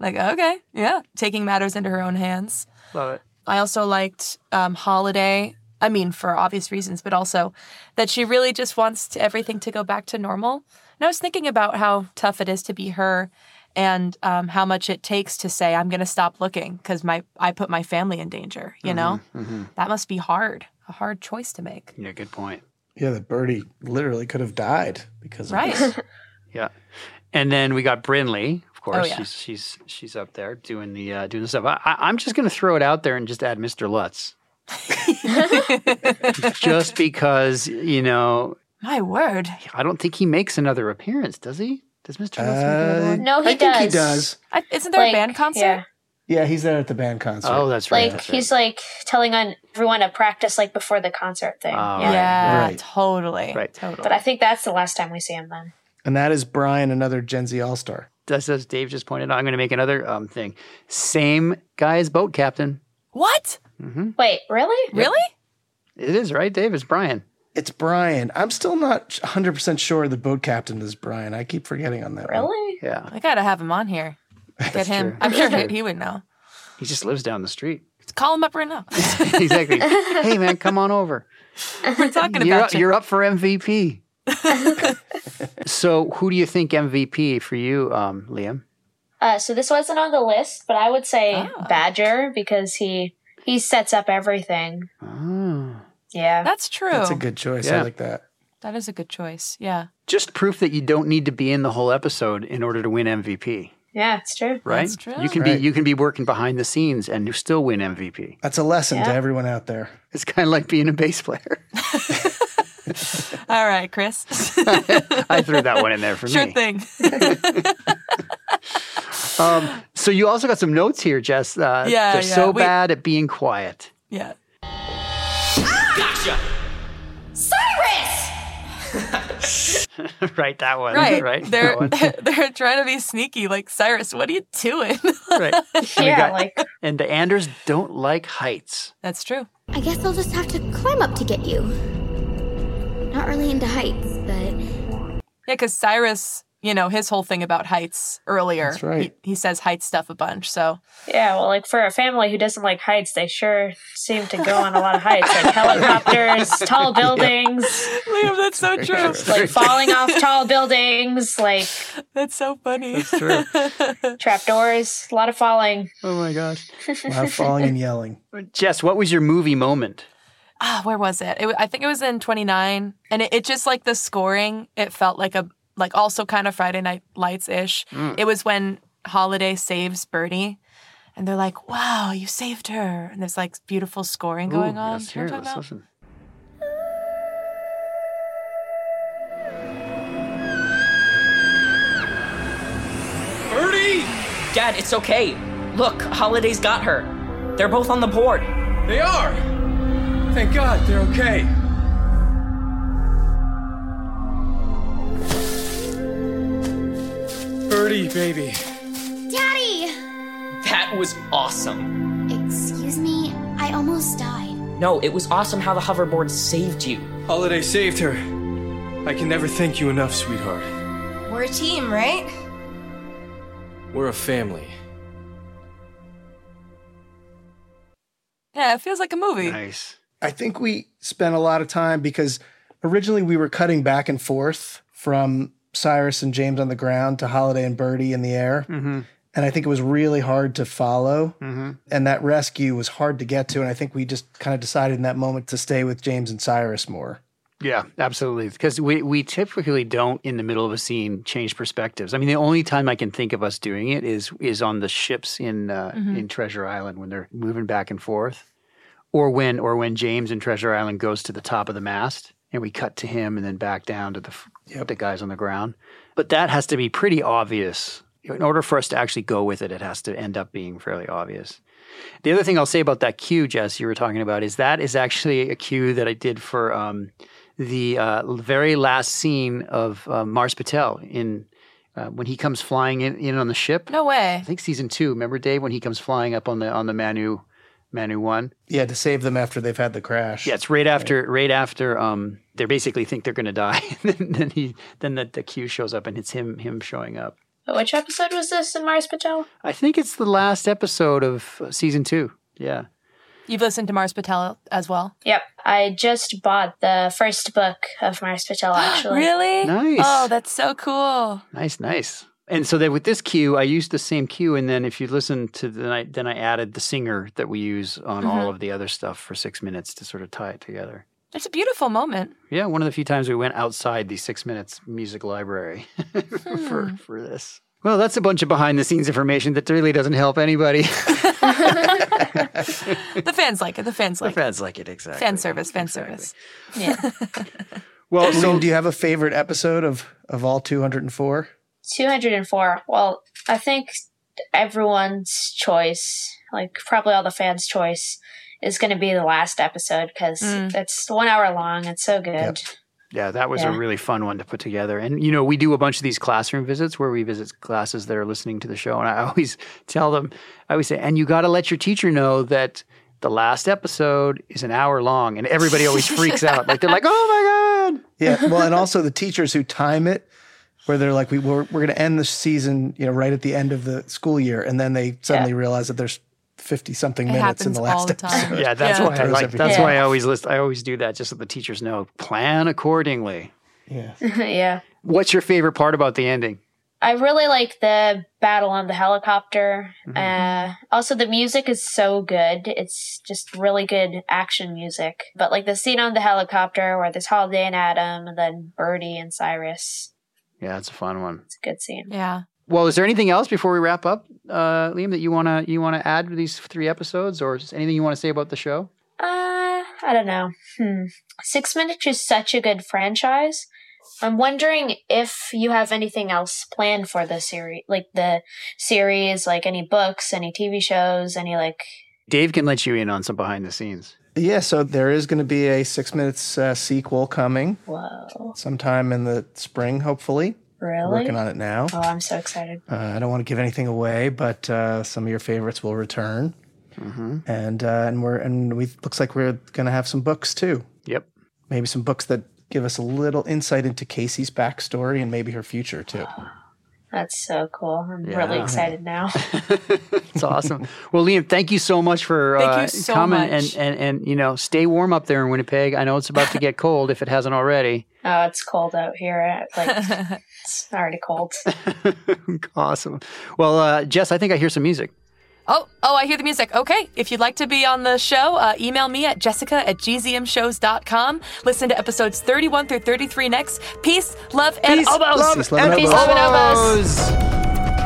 [SPEAKER 4] like okay, yeah, taking matters into her own hands.
[SPEAKER 6] Love it.
[SPEAKER 4] I also liked um, Holiday. I mean, for obvious reasons, but also that she really just wants to, everything to go back to normal. And I was thinking about how tough it is to be her, and um, how much it takes to say, "I'm going to stop looking" because my I put my family in danger. You
[SPEAKER 6] Mm-hmm.
[SPEAKER 4] know, that must be hard, a hard choice to make.
[SPEAKER 6] Yeah. Good point.
[SPEAKER 8] Yeah, the birdie literally could have died because of
[SPEAKER 4] Right.
[SPEAKER 8] this.
[SPEAKER 6] Yeah. And then we got Brinley. Of course,
[SPEAKER 8] Oh, yeah.
[SPEAKER 6] she's she's she's up there doing the uh, doing the stuff. I, I, I'm just going to throw it out there and just add Mr. Lutz, just because you know.
[SPEAKER 4] My word.
[SPEAKER 6] I don't think he makes another appearance, does he? Does Mr. Lutz make another
[SPEAKER 8] Uh,
[SPEAKER 6] one?
[SPEAKER 7] No, he
[SPEAKER 8] I think he
[SPEAKER 7] does.
[SPEAKER 8] does.
[SPEAKER 4] I, isn't there
[SPEAKER 7] Like,
[SPEAKER 4] a band concert?
[SPEAKER 7] yeah.
[SPEAKER 8] Yeah, he's there at the band concert.
[SPEAKER 6] Oh, that's
[SPEAKER 7] Like he's like telling on everyone to practice like before the concert thing.
[SPEAKER 8] right.
[SPEAKER 4] Yeah,
[SPEAKER 8] Right.
[SPEAKER 4] totally.
[SPEAKER 6] Right.
[SPEAKER 4] Totally.
[SPEAKER 7] But I think that's the last time we see him then.
[SPEAKER 8] and that is Brian, another Gen Z All Star.
[SPEAKER 6] That's as Dave just pointed out. I'm going to make another um, thing. Same guy as boat captain.
[SPEAKER 4] What?
[SPEAKER 6] hmm
[SPEAKER 7] Wait, really?
[SPEAKER 4] Really?
[SPEAKER 6] It is right, Dave. It's Brian.
[SPEAKER 8] It's Brian. I'm still not 100 percent sure the boat captain is Brian. I keep forgetting on that. One.
[SPEAKER 7] Really?
[SPEAKER 6] Yeah,
[SPEAKER 4] I gotta have him on here. Get him.
[SPEAKER 6] true.
[SPEAKER 4] I'm sure
[SPEAKER 6] That's
[SPEAKER 4] he,
[SPEAKER 6] true.
[SPEAKER 4] he would know.
[SPEAKER 6] he just lives down the street.
[SPEAKER 4] Call him up right now.
[SPEAKER 6] exactly. hey man, come on over.
[SPEAKER 4] We're talking
[SPEAKER 6] You're
[SPEAKER 4] about
[SPEAKER 6] up,
[SPEAKER 4] you.
[SPEAKER 6] you're up for MVP. so, who do you think MVP for you, um, Liam?
[SPEAKER 7] Uh, so this wasn't on the list, but I would say Badger because he he sets up everything.
[SPEAKER 6] Oh,
[SPEAKER 7] Yeah,
[SPEAKER 4] That's true.
[SPEAKER 8] That's a good choice. I
[SPEAKER 6] Yeah.
[SPEAKER 8] like that.
[SPEAKER 4] That is a good choice. Yeah.
[SPEAKER 6] Just proof that you don't need to be in the whole episode in order to win MVP,
[SPEAKER 7] Yeah, it's true.
[SPEAKER 6] right? You can be you can be working behind the scenes and you still win MVP.
[SPEAKER 8] That's a lesson to
[SPEAKER 6] Yeah.
[SPEAKER 8] everyone out there.
[SPEAKER 6] It's kind of like being a bass player.
[SPEAKER 4] All right, Chris.
[SPEAKER 6] I threw that one in there for
[SPEAKER 4] sure
[SPEAKER 6] me.
[SPEAKER 4] thing.
[SPEAKER 6] Um, so you also got some notes here, Jess. Uh,
[SPEAKER 4] Yeah,
[SPEAKER 6] they're
[SPEAKER 4] yeah,
[SPEAKER 6] so
[SPEAKER 4] we-
[SPEAKER 6] bad at being quiet.
[SPEAKER 4] Yeah.
[SPEAKER 16] Gotcha!
[SPEAKER 13] Cyrus!
[SPEAKER 6] right, that one.
[SPEAKER 4] Right.
[SPEAKER 6] right. that
[SPEAKER 4] They're
[SPEAKER 6] one.
[SPEAKER 4] they're trying to be sneaky. Like Cyrus, what are you doing?
[SPEAKER 6] right. We got-
[SPEAKER 4] like
[SPEAKER 6] and the Anders don't like heights.
[SPEAKER 4] that's true.
[SPEAKER 13] I guess I'll just have to climb up to get you. Not really into heights, but
[SPEAKER 4] Yeah, because Cyrus, you know, his whole thing about heights earlier. That's
[SPEAKER 8] right.
[SPEAKER 4] He, he says height stuff a bunch. So
[SPEAKER 7] Yeah, well, like for a family who doesn't like heights, they sure seem to go on a lot of heights, like helicopters, tall buildings.
[SPEAKER 4] Liam, that's so true.
[SPEAKER 7] Like falling off tall buildings, like
[SPEAKER 4] that's so funny.
[SPEAKER 6] That's true.
[SPEAKER 7] Trapdoors, a lot of falling.
[SPEAKER 6] Oh my gosh,
[SPEAKER 8] A lot of falling and yelling.
[SPEAKER 6] Jess, what was your movie moment?
[SPEAKER 4] ah, where was it? it? wa- I think it was in 29, and it, it just like the scoring. It felt like a like also kind of Friday Night Lights ish.
[SPEAKER 11] Mm.
[SPEAKER 4] It was when Holiday saves Birdie, and they're like, "Wow, you saved her!" And there's like beautiful scoring going on.
[SPEAKER 6] Yes,
[SPEAKER 4] You know
[SPEAKER 6] here,
[SPEAKER 4] what I'm
[SPEAKER 6] let's
[SPEAKER 4] talking
[SPEAKER 6] listen.
[SPEAKER 14] Birdie! Dad, it's okay. Look, Holiday's got her. They're both on the board.
[SPEAKER 9] They are! Thank God they're okay. Birdie, baby.
[SPEAKER 13] Daddy!
[SPEAKER 14] That was awesome.
[SPEAKER 13] Excuse me, I almost died.
[SPEAKER 14] No, it was awesome how the hoverboard saved you.
[SPEAKER 9] Holiday saved her. I can never thank you enough, sweetheart.
[SPEAKER 12] We're a team, right?
[SPEAKER 9] We're a family.
[SPEAKER 4] Yeah, it feels like a movie.
[SPEAKER 6] Nice.
[SPEAKER 8] I think we spent a lot of time because originally we were cutting back and forth from Cyrus and James on the ground to Holiday and Birdie in the air.
[SPEAKER 6] Mhm.
[SPEAKER 8] And I think it was really hard to follow.
[SPEAKER 6] Mhm.
[SPEAKER 8] And that rescue was hard to get to. And I think we just kind of decided in that moment to stay with James and Cyrus more.
[SPEAKER 6] Yeah, absolutely. Because we, we typically don't in the middle of a scene change perspectives. I mean, the only time I can think of us doing it is is on the ships in uh,
[SPEAKER 4] Mhm.
[SPEAKER 6] in Treasure Island when they're moving back and forth, or when or when James in Treasure Island goes to the top of the mast and we cut to him and then back down to the f- the guys on the ground. But that has to be pretty obvious. In order for us to actually go with it, it has to end up being fairly obvious. The other thing I'll say about that cue, Jess, you were talking about, is that is actually a cue that I did for um, the uh, very last scene of uh, Mars Patel in uh, when he comes flying in, in on the ship.
[SPEAKER 4] No way.
[SPEAKER 6] I think season two. Remember, Dave, when he comes flying up on the on the Manu Manu one.
[SPEAKER 8] Yeah, to save them after they've had the crash.
[SPEAKER 6] Yeah, it's right after right after um, they basically think they're going to die. then, then he then the, the cue shows up and it's him him showing up.
[SPEAKER 7] Which episode was this in Mars Patel?
[SPEAKER 6] I think it's the last episode of uh, season two. Yeah.
[SPEAKER 4] You've listened to Mars Patel as well.
[SPEAKER 7] Yep. I just bought the first book of Mars Patel, actually.
[SPEAKER 4] really?
[SPEAKER 6] Nice.
[SPEAKER 4] Oh, that's so cool.
[SPEAKER 6] Nice, nice. And so then with this cue, I used the same cue, and then if you listen to the night, then I added the singer that we use on all
[SPEAKER 4] Mhm.
[SPEAKER 6] of the other stuff for six minutes to sort of tie it together.
[SPEAKER 4] It's a beautiful moment.
[SPEAKER 6] Yeah, one of the few times we went outside the six minutes music library
[SPEAKER 4] Hmm.
[SPEAKER 6] for for this. Well, that's a bunch of behind the scenes information that really doesn't help anybody.
[SPEAKER 4] The fans like it. The fans
[SPEAKER 6] the
[SPEAKER 4] like
[SPEAKER 6] fans like it
[SPEAKER 4] it.
[SPEAKER 6] exactly.
[SPEAKER 4] Fan service. Fan service. Yeah.
[SPEAKER 6] Well,
[SPEAKER 8] so do you have a favorite episode of, of all 204?
[SPEAKER 7] 204. Well, I think everyone's choice, like probably all the fans' choice, is going to be the last episode because
[SPEAKER 6] Mm.
[SPEAKER 7] it's one hour long. It's so good.
[SPEAKER 6] Yeah, that was
[SPEAKER 7] Yeah.
[SPEAKER 6] a really fun one to put together. And you know, we do a bunch of these classroom visits where we visit classes that are listening to the show, and I always tell them, I always say, and you got to let your teacher know that the last episode is an hour long, and everybody always freaks out, like they're like, oh my god.
[SPEAKER 8] Yeah. Well, and also the teachers who time it, where they're like, we, we're, we're going to end the season, you know, right at the end of the school year. And then they suddenly realize that there's 50 something
[SPEAKER 4] It
[SPEAKER 8] minutes in
[SPEAKER 4] happens
[SPEAKER 8] the
[SPEAKER 4] all
[SPEAKER 8] last
[SPEAKER 4] the time.
[SPEAKER 8] episode.
[SPEAKER 6] Yeah, that's
[SPEAKER 8] It
[SPEAKER 6] why I
[SPEAKER 8] throws
[SPEAKER 6] like.
[SPEAKER 8] everything
[SPEAKER 6] That's
[SPEAKER 8] off.
[SPEAKER 6] why I always list. I always do that just so the teachers know. Plan accordingly.
[SPEAKER 8] Yeah.
[SPEAKER 7] yeah.
[SPEAKER 6] What's your favorite part about the ending?
[SPEAKER 7] I really like the battle on the helicopter. Uh, also, the music is so good. It's just really good action music. But like the scene on the helicopter where there's Holiday and Adam, and then Birdie and Cyrus.
[SPEAKER 6] Yeah, it's a fun one.
[SPEAKER 7] It's a good scene.
[SPEAKER 4] Yeah.
[SPEAKER 6] Well, is there anything else before we wrap up, uh, Liam, that you wanna you wanna add to these three episodes, or just anything you want to say about the show?
[SPEAKER 7] Uh, I don't know. Hmm. Six Minutes is such a good franchise. I'm wondering if you have anything else planned for the series, like the series, like any books, any TV shows, any like.
[SPEAKER 6] Dave can let you in on some behind the scenes.
[SPEAKER 8] Yeah, so there is going to be a six minutes uh, sequel coming
[SPEAKER 7] Whoa!
[SPEAKER 8] sometime in the spring, hopefully.
[SPEAKER 7] Really?
[SPEAKER 8] Working on it now.
[SPEAKER 7] Oh, I'm so excited.
[SPEAKER 8] Uh, I don't want to give anything away, but uh, some of your favorites will return, and uh, and we're and we looks like we're going to have some books too.
[SPEAKER 6] Yep.
[SPEAKER 8] Maybe some books that give us a little insight into Casey's backstory and maybe her future too.
[SPEAKER 7] That's so cool. I'm really
[SPEAKER 8] Yeah.
[SPEAKER 7] excited now.
[SPEAKER 6] It's awesome. well, Liam, thank you so much for
[SPEAKER 7] Thank
[SPEAKER 6] uh,
[SPEAKER 7] you so
[SPEAKER 6] coming
[SPEAKER 7] much.
[SPEAKER 6] and and and you know stay warm up there in Winnipeg. I know it's about to get cold if it hasn't already.
[SPEAKER 7] Oh, it's cold out here. Like it's already cold.
[SPEAKER 6] Awesome. Well, uh, Jess, I think I hear some music.
[SPEAKER 4] Oh, oh, I hear the music. Okay. If you'd like to be on the show, uh, email me at jessica at gzmshows.com. Listen to episodes 31 through 33 next. Peace, love, and
[SPEAKER 6] Peace,
[SPEAKER 4] elbows.
[SPEAKER 6] love, Peace, love, and and elbows.
[SPEAKER 4] Peace, love, and
[SPEAKER 6] elbows.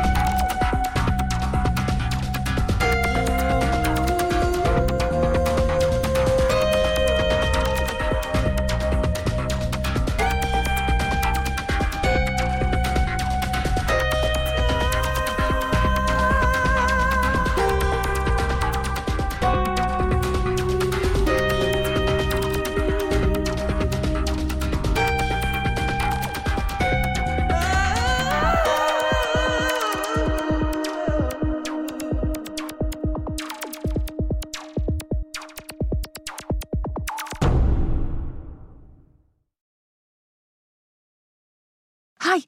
[SPEAKER 20] Hi,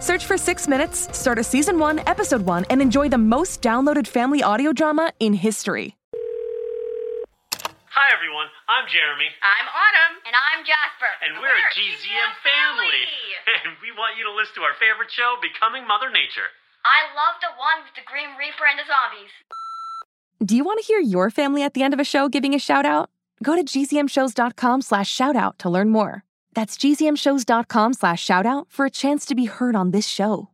[SPEAKER 20] Search for Six Minutes, start a season one, episode one, and enjoy the most downloaded family audio drama in history.
[SPEAKER 21] Hi, everyone. I'm Jeremy.
[SPEAKER 22] I'm Autumn. And I'm Jasper.
[SPEAKER 21] And we're a GZM family. And we want you to listen to our favorite show, Becoming Mother Nature.
[SPEAKER 22] I love the one with the Green Reaper and the zombies.
[SPEAKER 20] Do you want to hear your family at the end of a show giving a shout out? Go to gzmshows.com slash shout out to learn more. That's gzmshows.com slash shout out for a chance to be heard on this show.